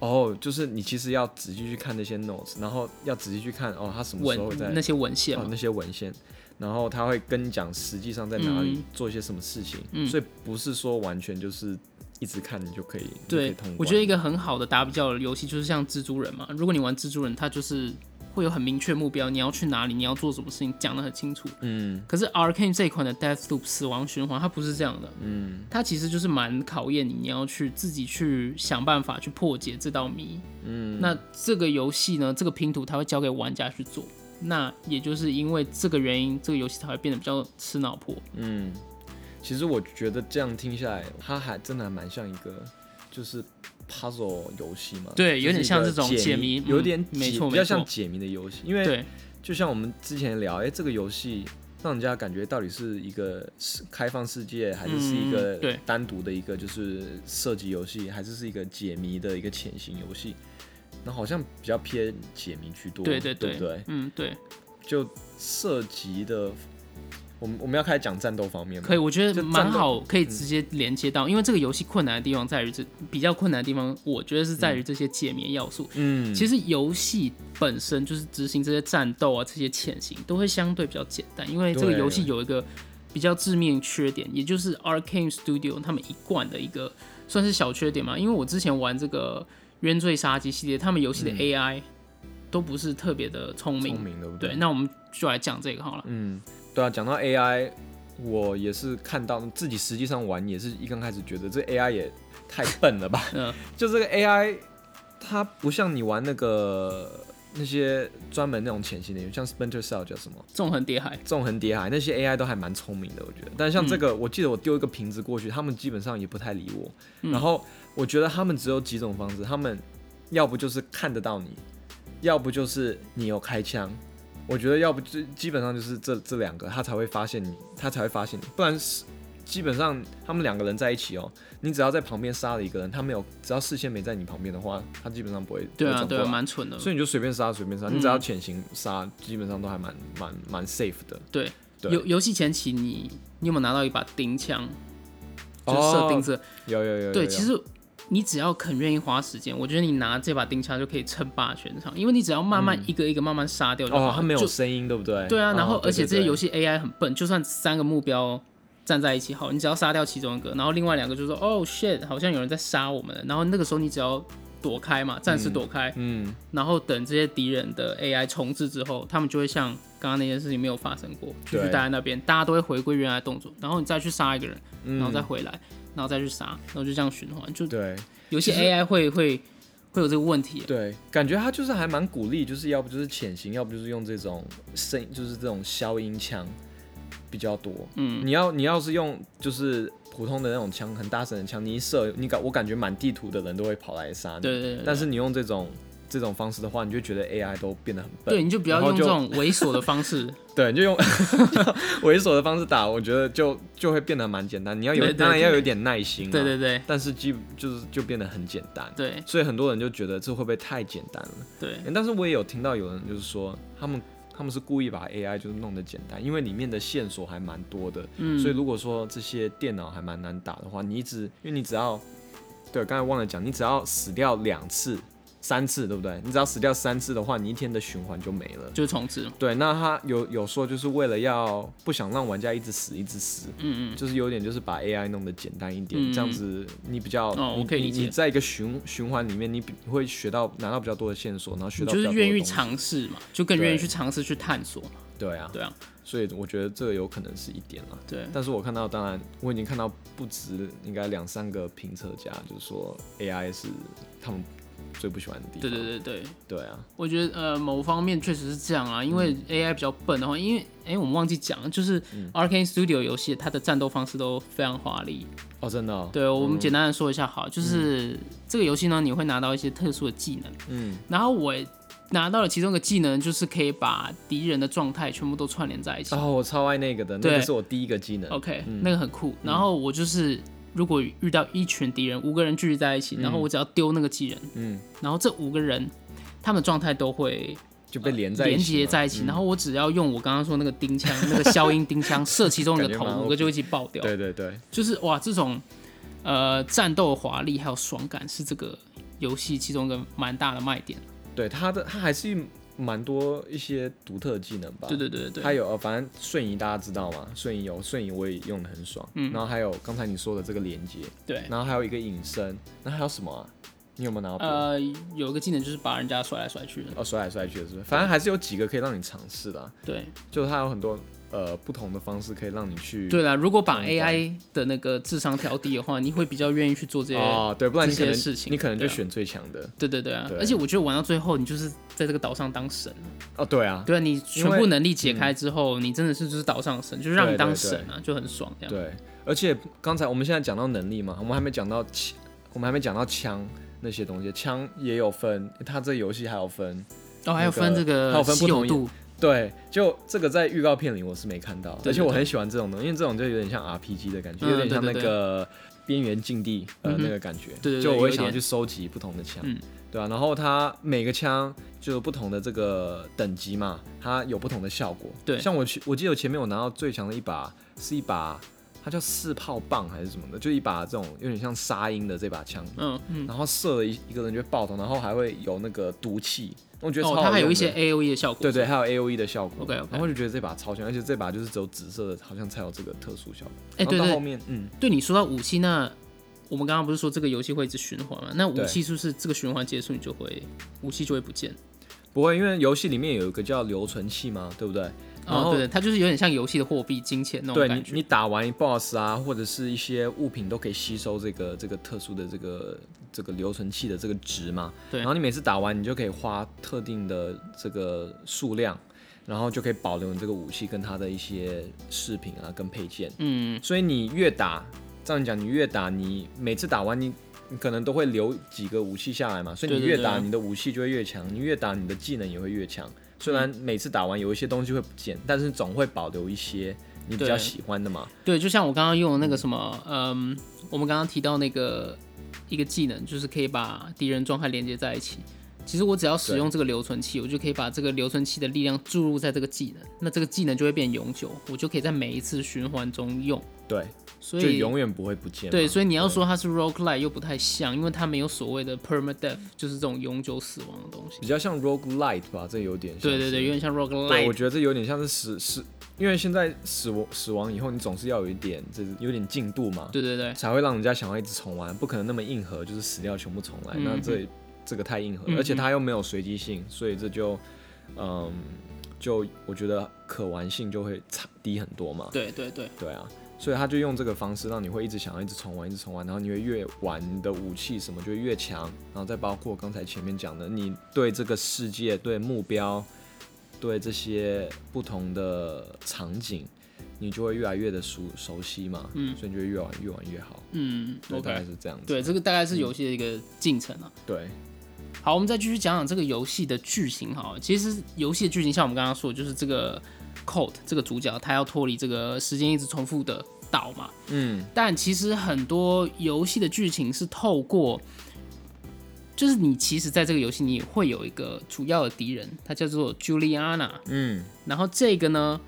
[SPEAKER 3] 哦，就是你其实要仔细去看那些 notes，然后要仔细去看哦，它什么时候会
[SPEAKER 1] 嗯
[SPEAKER 3] 在
[SPEAKER 1] 文那些文献
[SPEAKER 3] 哦
[SPEAKER 1] 嘛，
[SPEAKER 3] 那些文献，然后他会跟你讲实际上在哪里
[SPEAKER 1] 嗯
[SPEAKER 3] 做一些什么事情，
[SPEAKER 1] 嗯
[SPEAKER 3] 所以不是说完全就是一直看你就可以你就可以
[SPEAKER 1] 对
[SPEAKER 3] 通关。，
[SPEAKER 1] 我觉得一个很好的打比较的游戏就是像蜘蛛人嘛。如果你玩蜘蛛人，它就是会有很明确目标，你要去哪里，你要做什么事情，讲得很清楚。
[SPEAKER 3] 嗯
[SPEAKER 1] 可是 Arcane 这一款的 Death Loop 死亡循环，它不是这样的，
[SPEAKER 3] 嗯
[SPEAKER 1] 它其实就是蛮考验你，你要去自己去想办法去破解这道谜。
[SPEAKER 3] 嗯，
[SPEAKER 1] 那这个游戏呢，这个拼图它会交给玩家去做。那也就是因为这个原因，这个游戏才会变得比较吃脑破。
[SPEAKER 3] 嗯，其实我觉得这样听下来，它还真的还蛮像一个就是 puzzle 游戏嘛，
[SPEAKER 1] 对
[SPEAKER 3] 就是
[SPEAKER 1] 有点
[SPEAKER 3] 一
[SPEAKER 1] 像
[SPEAKER 3] 个
[SPEAKER 1] 这种解谜嗯
[SPEAKER 3] 有点解
[SPEAKER 1] 没错
[SPEAKER 3] 比较
[SPEAKER 1] 没错
[SPEAKER 3] 像解谜的游戏，因为
[SPEAKER 1] 对，
[SPEAKER 3] 就像我们之前聊，哎、这个游戏让人家感觉到底是一个是开放世界，还是是一
[SPEAKER 1] 嗯对
[SPEAKER 3] 个单独的一个就是射击游戏，还是是一个解谜的一个潜行游戏？那好像比较偏解谜居多，
[SPEAKER 1] 对
[SPEAKER 3] 对
[SPEAKER 1] 对，
[SPEAKER 3] 不对？
[SPEAKER 1] 嗯，对，
[SPEAKER 3] 就射击的，我们我们要开始讲战斗方面吗？
[SPEAKER 1] 可以，我觉得
[SPEAKER 3] 就
[SPEAKER 1] 蛮
[SPEAKER 3] 战斗
[SPEAKER 1] 好，可以直接连接到，因为这个游戏困难的地方在于这比较困难的地方，我觉得是在于这些解谜要素。
[SPEAKER 3] 嗯，
[SPEAKER 1] 其
[SPEAKER 3] 实
[SPEAKER 1] 实游戏本身就是执行这些战斗啊，这些潜行都会相对比较简单，因为这个
[SPEAKER 3] 对
[SPEAKER 1] 游戏有一个比较致命的缺点，也就是 Arcane Studio 他们一贯的一个算是小缺点嘛。因为我之前玩这个《冤罪杀机》系列，他们游戏的 AI 都不是特别的聪明。
[SPEAKER 3] 嗯聪明，对不嗯
[SPEAKER 1] 对，那我们就来讲这个好了。
[SPEAKER 3] 嗯，对啊，讲到 AI，我也是看到自己实际上玩也是一刚开始觉得这 AI 也太笨了吧，
[SPEAKER 1] 嗯
[SPEAKER 3] 就这个 AI 它不像你玩那个那些专门那种潜行的游戏，像 Splinter Cell 叫什么？
[SPEAKER 1] 纵横叠海，
[SPEAKER 3] 纵横叠海那些 AI 都还蛮聪明的，我觉得。但像
[SPEAKER 1] 嗯
[SPEAKER 3] 这个，我记得我丢一个瓶子过去，他们基本上也不太理我。
[SPEAKER 1] 嗯
[SPEAKER 3] 然后我觉得他们只有几种方式，他们要不就是看得到你，要不就是你有开枪。我觉得要不就基本上就是这这两个，他才会发现你，他才会发现你，不然是基本上他们两个人在一起哦，你只要在旁边杀了一个人，他没有只要视线没在你旁边的话，他基本上不会
[SPEAKER 1] 对
[SPEAKER 3] 不
[SPEAKER 1] 啊
[SPEAKER 3] 会转
[SPEAKER 1] 对
[SPEAKER 3] 过
[SPEAKER 1] 啊，
[SPEAKER 3] 来
[SPEAKER 1] 蛮蠢的。
[SPEAKER 3] 所以你就随便杀随便杀，你只要潜行杀，基本上都还蛮蛮蛮 safe 的。
[SPEAKER 1] 对，
[SPEAKER 3] 对
[SPEAKER 1] 游游戏前期你你有没有拿到一把钉枪？就
[SPEAKER 3] 哦
[SPEAKER 1] 是射钉子。
[SPEAKER 3] 有有有有
[SPEAKER 1] 对，
[SPEAKER 3] 有
[SPEAKER 1] 其实你只要肯愿意花时间，我觉得你拿这把钉枪就可以称霸全场，因为你只要慢慢一个一个慢慢杀掉就好
[SPEAKER 3] 哦
[SPEAKER 1] 了。，
[SPEAKER 3] 它没有
[SPEAKER 1] 就
[SPEAKER 3] 声音，对不对？
[SPEAKER 1] 对啊，然后
[SPEAKER 3] 哦
[SPEAKER 1] 而且这些游
[SPEAKER 3] 戏
[SPEAKER 1] 戏 AI 很笨，就算三个目标站在一起，好，你只要杀掉其中一个，然后另外两个就说哦 shit，好像有人在杀我们了，然后那个时候你只要躲开嘛，暂时躲开，
[SPEAKER 3] 嗯，
[SPEAKER 1] 然后等这些敌人的 AI 重置之后，他们就会像刚刚那件事情没有发生过，继续
[SPEAKER 3] 对
[SPEAKER 1] 待在那边，大家都会回归原来的动作，然后你再去杀一个人，然后再
[SPEAKER 3] 嗯
[SPEAKER 1] 回来，然后再去杀，然后就这样循环，就
[SPEAKER 3] 对
[SPEAKER 1] 有些
[SPEAKER 3] 其实
[SPEAKER 1] AI 会会会有这个问题，
[SPEAKER 3] 对，感觉他就是还蛮鼓励，就是要不就是潜行，要不就是用这种声，就是这种消音枪比较多。嗯，你要你要是用就是普通的那种枪，很大声的枪，你一射，你感我感觉满地图的人都会跑来杀你。
[SPEAKER 1] 对对对对
[SPEAKER 3] 但是你用这种这种方式的话，你就觉得 AI 都变得很笨。
[SPEAKER 1] 对，你就不要
[SPEAKER 3] 然后
[SPEAKER 1] 用这种猥琐的方式，
[SPEAKER 3] 对，你就用猥琐的方式打，我觉得就就会变得蛮简单。你要有，
[SPEAKER 1] 对对
[SPEAKER 3] 当然
[SPEAKER 1] 对
[SPEAKER 3] 要有点耐心、啊。
[SPEAKER 1] 对对对
[SPEAKER 3] 但是基就是就变得很简单。
[SPEAKER 1] 对
[SPEAKER 3] 所以很多人就觉得这会不会太简单了？
[SPEAKER 1] 对
[SPEAKER 3] 诶但是我也有听到有人就是说，他们他们是故意把 AI 就是弄得简单，因为里面的线索还蛮多的。
[SPEAKER 1] 嗯
[SPEAKER 3] 所以如果说这些电脑还蛮难打的话，你一直因为你只要对刚才忘了讲，你只要死掉两次、三次，对不对？你只要死掉三次的话，你一天的循环就没了。
[SPEAKER 1] 就是重置嘛，
[SPEAKER 3] 对，那他有有说就是为了要不想让玩家一直死一直死，
[SPEAKER 1] 嗯嗯，
[SPEAKER 3] 就是有点就是把 AI 弄得简单一点，
[SPEAKER 1] 嗯
[SPEAKER 3] 这样子你比较，
[SPEAKER 1] 哦
[SPEAKER 3] 你
[SPEAKER 1] 我可以
[SPEAKER 3] 你
[SPEAKER 1] 理解
[SPEAKER 3] 你在一个循循环里面，你比你会学到拿到比较多的线索，然后学
[SPEAKER 1] 你
[SPEAKER 3] 到
[SPEAKER 1] 就是
[SPEAKER 3] 比较多的
[SPEAKER 1] 愿意
[SPEAKER 3] 东西，
[SPEAKER 1] 尝试嘛，就更愿意
[SPEAKER 3] 对
[SPEAKER 1] 去尝试去探索嘛，
[SPEAKER 3] 对啊，
[SPEAKER 1] 对啊，
[SPEAKER 3] 所以我觉得这个有可能是一点啦。
[SPEAKER 1] 对
[SPEAKER 3] 但是我看到，当然我已经看到不止应该两三个评测家，就是说 AI 是他们最不喜欢的地方。
[SPEAKER 1] 对对对对。
[SPEAKER 3] 对啊，
[SPEAKER 1] 我觉得呃，某方面确实是这样啊，因
[SPEAKER 3] 嗯
[SPEAKER 1] 为 AI 比较笨的话，因为哎、我们忘记讲了，就是 Arcane Studio 游戏它的战斗方式都非常华丽。
[SPEAKER 3] 哦，真的、哦，
[SPEAKER 1] 对，我们简单的说一下好，就是这个游戏呢，你会拿到一些特殊的技能，
[SPEAKER 3] 嗯，
[SPEAKER 1] 然后我拿到了其中一个技能，就是可以把敌人的状态全部都串联在一起。
[SPEAKER 3] 哦，嗯我超爱那个的，那
[SPEAKER 1] 对哦
[SPEAKER 3] 个是我第一个技能。
[SPEAKER 1] OK，、那个很酷。然后我就是如果遇到一群敌人，五个人聚集在一起，然后我只要丢那个技能，
[SPEAKER 3] 嗯，
[SPEAKER 1] 然后这五个人他们的状态都会
[SPEAKER 3] 就被连在一
[SPEAKER 1] 呃连
[SPEAKER 3] 起嘛，
[SPEAKER 1] 接在一起，然后我只要用我刚刚说那个钉枪，那个消音钉 枪射其中一个
[SPEAKER 3] 感觉
[SPEAKER 1] 头
[SPEAKER 3] 蛮，
[SPEAKER 1] 五
[SPEAKER 3] OP
[SPEAKER 1] 个就一起爆掉。
[SPEAKER 3] 对对对，
[SPEAKER 1] 就是哇，这种呃战斗华丽还有爽感是这个游戏其中一个蛮大的卖点。
[SPEAKER 3] 对他的他还是蛮多一些独特的技能吧。
[SPEAKER 1] 对对对对
[SPEAKER 3] 他
[SPEAKER 1] 对，
[SPEAKER 3] 有呃，反正瞬移大家知道嘛，瞬移有瞬移我也用的很爽。嗯，然后还有刚才你说的这个连接，
[SPEAKER 1] 对，
[SPEAKER 3] 然后还有一个隐身，那还有什么啊？你有没有拿到别的？
[SPEAKER 1] 呃，有一个技能就是把人家甩来甩去的。
[SPEAKER 3] 哦，摔来摔去的是不是？反正还是有几个可以让你尝试的啊、
[SPEAKER 1] 对
[SPEAKER 3] 就是它有很多呃不同的方式可以让你去。
[SPEAKER 1] 对啦，如果把
[SPEAKER 3] 嗯
[SPEAKER 1] AI 的那个智商调低的话，你会比较愿意去做这些。
[SPEAKER 3] 哦，对，不然你可
[SPEAKER 1] 这
[SPEAKER 3] 能
[SPEAKER 1] 些事情
[SPEAKER 3] 你可能就
[SPEAKER 1] 对啊
[SPEAKER 3] 选最强的。
[SPEAKER 1] 对对对啊
[SPEAKER 3] 对
[SPEAKER 1] 而且我觉得玩到最后，你就是在这个岛上当神了。
[SPEAKER 3] 哦，对啊，
[SPEAKER 1] 对啊，你全
[SPEAKER 3] 因为嗯
[SPEAKER 1] 部能力解开之后，你真的是就是岛上神，就是让
[SPEAKER 3] 对
[SPEAKER 1] 你当
[SPEAKER 3] 对
[SPEAKER 1] 神啊，就很爽这样。
[SPEAKER 3] 对，而且刚才我们现在讲到能力嘛，我们还没讲到枪，我们还没讲到枪那些东西，枪也有分，它这游戏还有分。
[SPEAKER 1] 哦，还有分这
[SPEAKER 3] 还
[SPEAKER 1] 个
[SPEAKER 3] 有分
[SPEAKER 1] 稀
[SPEAKER 3] 不同
[SPEAKER 1] 有度，
[SPEAKER 3] 对，就这个在预告片里我是没看到，
[SPEAKER 1] 对
[SPEAKER 3] 而且我
[SPEAKER 1] 对
[SPEAKER 3] 很喜欢这种东西，因为这种就有点像 RPG 的感觉，
[SPEAKER 1] 嗯
[SPEAKER 3] 有点像那
[SPEAKER 1] 对对对
[SPEAKER 3] 个边缘禁地呃
[SPEAKER 1] 嗯哼
[SPEAKER 3] 那个感觉，
[SPEAKER 1] 对对对
[SPEAKER 3] 就我
[SPEAKER 1] 有
[SPEAKER 3] 会
[SPEAKER 1] 一
[SPEAKER 3] 想要
[SPEAKER 1] 点
[SPEAKER 3] 去收集不同的枪
[SPEAKER 1] 嗯，
[SPEAKER 3] 对啊，然后它每个枪就有不同的这个等级嘛，它有不同的效果，
[SPEAKER 1] 对
[SPEAKER 3] 像我去我记得我前面我拿到最强的一把是一把。它叫四炮棒还是什么的，就一把这种有点像沙鹰的这把枪，
[SPEAKER 1] 嗯嗯。
[SPEAKER 3] 然后射了一一个人就会爆头，然后还会有那个毒气，我觉得超
[SPEAKER 1] 哦，
[SPEAKER 3] 好
[SPEAKER 1] 它还有
[SPEAKER 3] 用
[SPEAKER 1] 一
[SPEAKER 3] 的
[SPEAKER 1] 些 A O E 的效果。
[SPEAKER 3] 对对，还有 A O E 的效果。
[SPEAKER 1] OK，OK
[SPEAKER 3] 然后就觉得这把超强，而且这把就是只有紫色的，好像才有这个特殊效果。
[SPEAKER 1] 哎，对
[SPEAKER 3] 然后到
[SPEAKER 1] 对
[SPEAKER 3] 后面，嗯，
[SPEAKER 1] 对，你说到武器，那我们刚刚不是说这个游戏会一直循环吗？那
[SPEAKER 3] 对
[SPEAKER 1] 武器是不是这个循环结束，你就会武器就会不见？
[SPEAKER 3] 不会，因为游戏里面有一个叫留存器嘛，对不对？然后
[SPEAKER 1] 哦，对，它就是有点像游戏的货币、金钱那种
[SPEAKER 3] 对
[SPEAKER 1] 感
[SPEAKER 3] 你，你
[SPEAKER 1] 觉。
[SPEAKER 3] 打完 BOSS 啊，或者是一些物品都可以吸收这个这个特殊的这个这个留存器的这个值嘛。
[SPEAKER 1] 对
[SPEAKER 3] 然后你每次打完，你就可以花特定的这个数量，然后就可以保留你这个武器跟它的一些饰品啊，跟配件。
[SPEAKER 1] 嗯，
[SPEAKER 3] 所以你越打，这样讲，你越打，你每次打完你。你可能都会留几个武器下来嘛，所以你
[SPEAKER 1] 对对
[SPEAKER 3] 越
[SPEAKER 1] 对
[SPEAKER 3] 打，你的武器就会越强，你越打，你的技能也会越强。虽
[SPEAKER 1] 嗯
[SPEAKER 3] 然每次打完有一些东西会不见，但是总会保留一些你比较
[SPEAKER 1] 对
[SPEAKER 3] 喜欢的嘛。
[SPEAKER 1] 对，就像我刚刚用的那个什么，嗯，我们刚刚提到那个一个技能，就是可以把敌人状态连接在一起。其实我只要使用这个留存器，我就可以把这个留存器的力量注入在这个技能，那这个技能就会变永久，我就可以在每一次循环中用。
[SPEAKER 3] 对，
[SPEAKER 1] 所
[SPEAKER 3] 就
[SPEAKER 1] 以
[SPEAKER 3] 永远不会不见嘛。
[SPEAKER 1] 对，所以你要说它是 roguelike 又不太像，因为它没有所谓的 permadeath，就是这种永久死亡的东西。
[SPEAKER 3] 比较像 rogue light 吧，这有点像
[SPEAKER 1] 对
[SPEAKER 3] 是
[SPEAKER 1] 对对，有点像
[SPEAKER 3] 对，我
[SPEAKER 1] roguelike。
[SPEAKER 3] 觉得这有点像是死死，因为现在死亡死亡以后，你总是要有一点这有点进度嘛，
[SPEAKER 1] 对对对，
[SPEAKER 3] 才会让人家想要一直重玩，不可能那么硬核，就是死掉全部重来，
[SPEAKER 1] 嗯
[SPEAKER 3] 那这这个太硬核，
[SPEAKER 1] 嗯
[SPEAKER 3] 而且它又没有随机性，所以这就嗯，就我觉得可玩性就会差低很多嘛。
[SPEAKER 1] 对对对，
[SPEAKER 3] 对啊，所以他就用这个方式让你会一直想要一直重玩，一直重玩，然后你会越玩你的武器什么就会越强，然后再包括刚才前面讲的，你对这个世界、对目标、对这些不同的场景，你就会越来越的熟熟悉嘛，
[SPEAKER 1] 嗯
[SPEAKER 3] 所以你就会越玩越玩越好，
[SPEAKER 1] 嗯
[SPEAKER 3] 对，大概
[SPEAKER 1] ，OK，
[SPEAKER 3] 是这样子，
[SPEAKER 1] 对，这个大概是游戏的一个进程啊。
[SPEAKER 3] 对
[SPEAKER 1] 好，我们再继续讲讲这个游戏的剧情哈。其实游戏的剧情像我们刚刚说的，就是这个 Colt 这个主角他要脱离这个时间一直重复的岛嘛。
[SPEAKER 3] 嗯，
[SPEAKER 1] 但其实很多游戏的剧情是透过，就是你其实在这个游戏你会有一个主要的敌人，他叫做 Juliana。
[SPEAKER 3] 嗯，
[SPEAKER 1] 然后这个呢，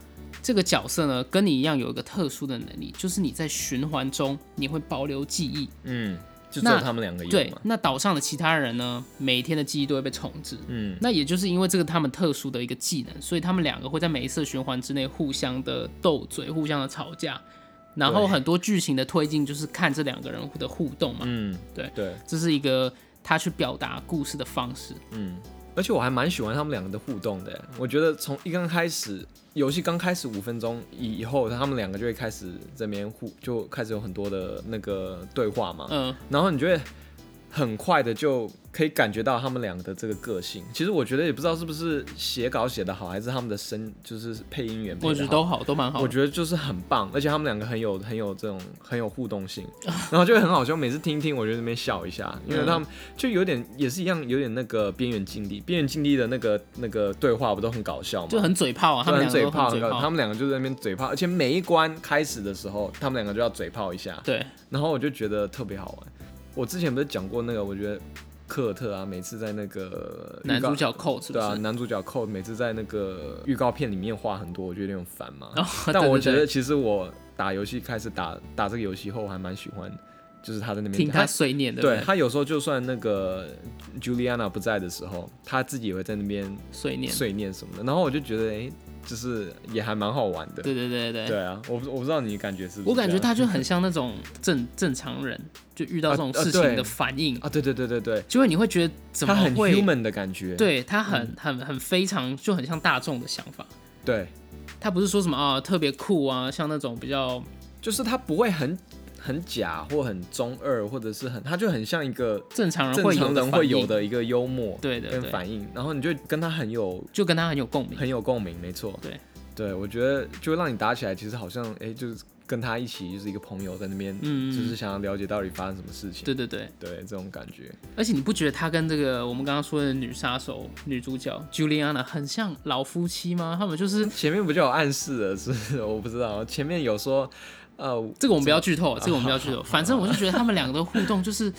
[SPEAKER 1] 这个角色呢跟你一样有一个特殊的能力，就是你在循环中你会保留记忆。
[SPEAKER 3] 嗯，就只
[SPEAKER 1] 那
[SPEAKER 3] 有他们两个有
[SPEAKER 1] 对
[SPEAKER 3] 嘛，，
[SPEAKER 1] 那岛上的其他人呢，每天的记忆都会被重置。
[SPEAKER 3] 嗯
[SPEAKER 1] 那也就是因为这个他们特殊的一个技能，所以他们两个会在每一次循环之内互相的斗嘴、互相的吵架，然后
[SPEAKER 3] 对
[SPEAKER 1] 很多剧情的推进就是看这两个人的互动嘛。
[SPEAKER 3] 嗯，
[SPEAKER 1] 对
[SPEAKER 3] 对，
[SPEAKER 1] 这是一个他去表达故事的方式。
[SPEAKER 3] 嗯，而且我还蛮喜欢他们两个的互动的。我觉得从一刚开始，游戏刚开始五分钟以以后，他们两个就会开始这边互，就开始有很多的那个对话嘛。
[SPEAKER 1] 嗯，
[SPEAKER 3] 然后你就会很快的就可以感觉到他们两个的这个个性。其实我觉得也不知道是不是写稿写得好，还是他们的声就是配音员配
[SPEAKER 1] 我
[SPEAKER 3] 得
[SPEAKER 1] 觉得
[SPEAKER 3] 好
[SPEAKER 1] 都好，都蛮好
[SPEAKER 3] 我
[SPEAKER 1] 的。
[SPEAKER 3] 觉得就是很棒，而且他们两个很有很有这种很有互动性， 然后就会很好笑。每次听一听，我就在那边笑一下，因为
[SPEAKER 1] 嗯
[SPEAKER 3] 他们就有点也是一样，有点那个边缘境地，边缘境地的那个那个对话不都很搞笑吗？
[SPEAKER 1] 就很嘴炮啊，他
[SPEAKER 3] 就
[SPEAKER 1] 们两
[SPEAKER 3] 很
[SPEAKER 1] 个
[SPEAKER 3] 嘴
[SPEAKER 1] 都
[SPEAKER 3] 炮，
[SPEAKER 1] 很嘴
[SPEAKER 3] 很搞
[SPEAKER 1] 炮。
[SPEAKER 3] 他们两个就在那边嘴炮，而且每一关开始的时候，他们两个就要嘴炮一下，
[SPEAKER 1] 对，
[SPEAKER 3] 然后我就觉得特别好玩。我之前不是讲过那个，我觉得科尔特啊，每次在那个预
[SPEAKER 1] 男
[SPEAKER 3] 告
[SPEAKER 1] 主角 Colt 是不
[SPEAKER 3] 对 啊，
[SPEAKER 1] 是？
[SPEAKER 3] 男主角寇每次在那个预告片里面话很多，我觉得有点烦嘛。
[SPEAKER 1] 哦
[SPEAKER 3] 但我
[SPEAKER 1] 对对
[SPEAKER 3] 觉
[SPEAKER 1] 对
[SPEAKER 3] 得其实我打游戏开始打打这个游戏后，我还蛮喜欢，就是他在那边
[SPEAKER 1] 听他碎念，对不
[SPEAKER 3] 对
[SPEAKER 1] 对？
[SPEAKER 3] 他有时候就算那个 Juliana 不在的时候，他自己也会在那边
[SPEAKER 1] 碎念，
[SPEAKER 3] 碎念什么的，然后我就觉得哎、诶就是也还蛮好玩的。
[SPEAKER 1] 对对对对
[SPEAKER 3] 对啊，我不我不知道你感觉是不是？
[SPEAKER 1] 我感觉他就很像那种正正常人，就遇到这种
[SPEAKER 3] 啊嗯啊啊
[SPEAKER 1] 事情
[SPEAKER 3] 对
[SPEAKER 1] 的反应，
[SPEAKER 3] 啊，对对对对对，
[SPEAKER 1] 就会你会觉得怎么
[SPEAKER 3] 他很
[SPEAKER 1] 会
[SPEAKER 3] human 嗯的感觉。
[SPEAKER 1] 对他很很很非常，就很像大众的想法。
[SPEAKER 3] 对，
[SPEAKER 1] 他不是说什么啊特别酷啊，像那种比较
[SPEAKER 3] 就是他不会很很假或很中二，或者是很他就很像一个
[SPEAKER 1] 正常人
[SPEAKER 3] 正
[SPEAKER 1] 会有
[SPEAKER 3] 常
[SPEAKER 1] 的
[SPEAKER 3] 人会
[SPEAKER 1] 反
[SPEAKER 3] 有
[SPEAKER 1] 应，
[SPEAKER 3] 的一个幽默
[SPEAKER 1] 对对
[SPEAKER 3] 跟
[SPEAKER 1] 对，
[SPEAKER 3] 反应，然后你就跟他很有
[SPEAKER 1] 就跟他很有共鸣。
[SPEAKER 3] 很有共鸣，没错。
[SPEAKER 1] 对，
[SPEAKER 3] 对我觉得就会让你打起来，其实好像哎、就是跟他一起就是一个朋友在那边，
[SPEAKER 1] 嗯嗯
[SPEAKER 3] 就是想要了解到底发生什么事情。
[SPEAKER 1] 对对对，
[SPEAKER 3] 对，这种感觉，
[SPEAKER 1] 而且你不觉得他跟这个我们刚刚说的女杀手、女主角 Juliana 很像老夫妻吗？他们就是
[SPEAKER 3] 前面不就有暗示了？是不是 我不知道，前面有说，呃，
[SPEAKER 1] 这个我们不要剧透，这个我们不要剧透。反正我就觉得他们两个的互动就是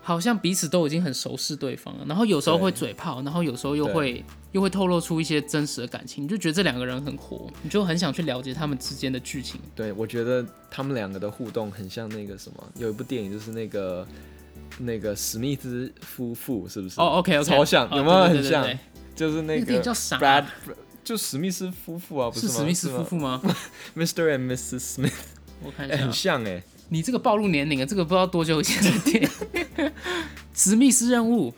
[SPEAKER 1] 好像彼此都已经很熟识对方了，然后有时候会嘴炮，然后有时候又会又会透露出一些真实的感情，你就觉得这两个人很火，你就很想去了解他们之间的剧情。
[SPEAKER 3] 对我觉得他们两个的互动很像那个什么，有一部电影就是那个那个史密斯夫妇，是不是？
[SPEAKER 1] 哦，OK，
[SPEAKER 3] 超像有没有很像
[SPEAKER 1] 对对对
[SPEAKER 3] 就是那
[SPEAKER 1] 那个电
[SPEAKER 3] 个
[SPEAKER 1] 影叫啥
[SPEAKER 3] Brad，就史密斯夫妇啊，不
[SPEAKER 1] 是
[SPEAKER 3] 吗？
[SPEAKER 1] 史密斯
[SPEAKER 3] 是吗
[SPEAKER 1] 夫妇啊吗？
[SPEAKER 3] Mr. and Mrs. Smith，、
[SPEAKER 1] 我看一
[SPEAKER 3] 哎，
[SPEAKER 1] 下
[SPEAKER 3] 很，像哎、
[SPEAKER 1] 你这个暴露年龄了，这个不知道多久以前的电影。史密斯任务，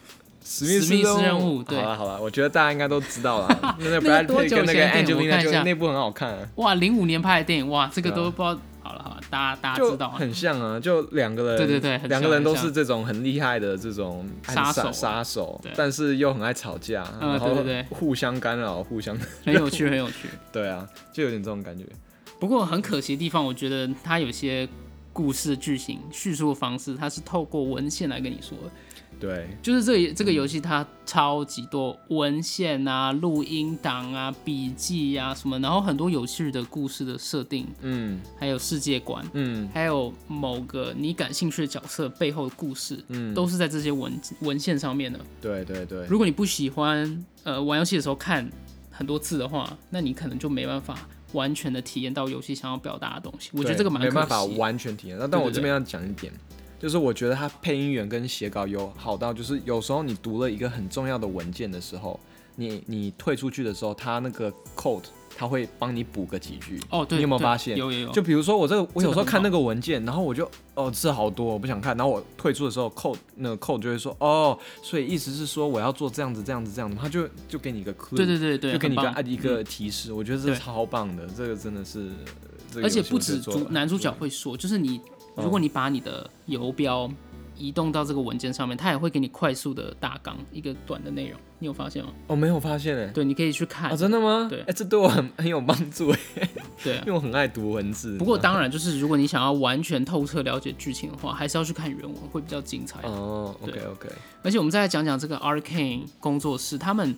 [SPEAKER 3] 史密
[SPEAKER 1] 史密斯
[SPEAKER 3] 任
[SPEAKER 1] 任务对
[SPEAKER 3] 好啊了好了，我觉得大家应该都知道 了。那个
[SPEAKER 1] 那个
[SPEAKER 3] Brad
[SPEAKER 1] 多
[SPEAKER 3] Pitt
[SPEAKER 1] 久
[SPEAKER 3] 跟那个
[SPEAKER 1] 前的电影我
[SPEAKER 3] Angelina
[SPEAKER 1] 看一
[SPEAKER 3] 就
[SPEAKER 1] 下
[SPEAKER 3] 那部很好看啊，
[SPEAKER 1] 哇，零五年拍的电影，哇，这个
[SPEAKER 3] 对啊
[SPEAKER 1] 都不知道。好了好了，大家大家
[SPEAKER 3] 就
[SPEAKER 1] 知道啊，
[SPEAKER 3] 很像啊，就两个人，
[SPEAKER 1] 对对对很
[SPEAKER 3] 两个人
[SPEAKER 1] 像
[SPEAKER 3] 都
[SPEAKER 1] 很像
[SPEAKER 3] 是这种很厉害的这种暗
[SPEAKER 1] 杀
[SPEAKER 3] 杀
[SPEAKER 1] 手啊
[SPEAKER 3] 杀手
[SPEAKER 1] 对，
[SPEAKER 3] 但是又很爱吵架，
[SPEAKER 1] 嗯
[SPEAKER 3] 然后
[SPEAKER 1] 对对对
[SPEAKER 3] 互相干扰，互相
[SPEAKER 1] 很有趣，很有趣。
[SPEAKER 3] 对啊，就有点这种感觉。
[SPEAKER 1] 不过很可惜的地方，我觉得它有些故事剧情叙述的方式，它是透过文献来跟你说的。
[SPEAKER 3] 对，
[SPEAKER 1] 就是这个这个游戏它超级多文献啊、录音档啊、笔记啊什么，然后很多有趣的故事的设定，
[SPEAKER 3] 嗯
[SPEAKER 1] 还有世界观，
[SPEAKER 3] 嗯
[SPEAKER 1] 还有某个你感兴趣的角色背后的故事，
[SPEAKER 3] 嗯，
[SPEAKER 1] 都是在这些文文献上面的。
[SPEAKER 3] 对对对，
[SPEAKER 1] 如果你不喜欢呃玩游戏的时候看很多字的话，那你可能就没办法完全的体验到游戏想要表达的东西。我觉得
[SPEAKER 3] 对
[SPEAKER 1] 这个蛮
[SPEAKER 3] 没
[SPEAKER 1] 可
[SPEAKER 3] 办法
[SPEAKER 1] 惜。
[SPEAKER 3] 完全体验到，但
[SPEAKER 1] 对
[SPEAKER 3] 我
[SPEAKER 1] 对
[SPEAKER 3] 这边要讲一点，就是我觉得他配音员跟写稿有好到，就是有时候你读了一个很重要的文件的时候，你你退出去的时候，他那个 code 他会帮你补个几句。
[SPEAKER 1] 哦，对，
[SPEAKER 3] 你有没有
[SPEAKER 1] 对
[SPEAKER 3] 发现
[SPEAKER 1] 有有有，
[SPEAKER 3] 就比如说我这个，我有时
[SPEAKER 1] 这个
[SPEAKER 3] 候
[SPEAKER 1] 很好
[SPEAKER 3] 看那个文件，然后我就哦字好多，我不想看，然后我退出的时候扣那个扣就会说哦，所以意思是说我要做这样子这样子这样子，他就就给你一个 clue，
[SPEAKER 1] 对对对对，
[SPEAKER 3] 就给你一
[SPEAKER 1] 很
[SPEAKER 3] 个
[SPEAKER 1] 棒嗯
[SPEAKER 3] 一个提示，我觉得这
[SPEAKER 1] 对
[SPEAKER 3] 超棒的，这个真的是，这个
[SPEAKER 1] 而且
[SPEAKER 3] 游戏
[SPEAKER 1] 不
[SPEAKER 3] 我觉得
[SPEAKER 1] 止
[SPEAKER 3] 做
[SPEAKER 1] 主
[SPEAKER 3] 得
[SPEAKER 1] 男主
[SPEAKER 3] 很
[SPEAKER 1] 角
[SPEAKER 3] 棒
[SPEAKER 1] 会说，就是你如果
[SPEAKER 3] 嗯
[SPEAKER 1] 你把你的游标移动到这个文件上面，它也会给你快速的大纲一个短的内容，你有发现吗？
[SPEAKER 3] 哦，没有发现哎、
[SPEAKER 1] 对，你可以去看。
[SPEAKER 3] 哦，真的吗？
[SPEAKER 1] 对
[SPEAKER 3] 哎、这对我很很有帮助哎，
[SPEAKER 1] 对啊
[SPEAKER 3] 因为。我很爱读文字。
[SPEAKER 1] 不过当然，就是如果你想要完全透彻了解剧情的话，还是要去看原文，会比较精彩。
[SPEAKER 3] 哦，OK
[SPEAKER 1] 对
[SPEAKER 3] OK，
[SPEAKER 1] 而且我们再来讲讲这个 Arcane 工作室，他们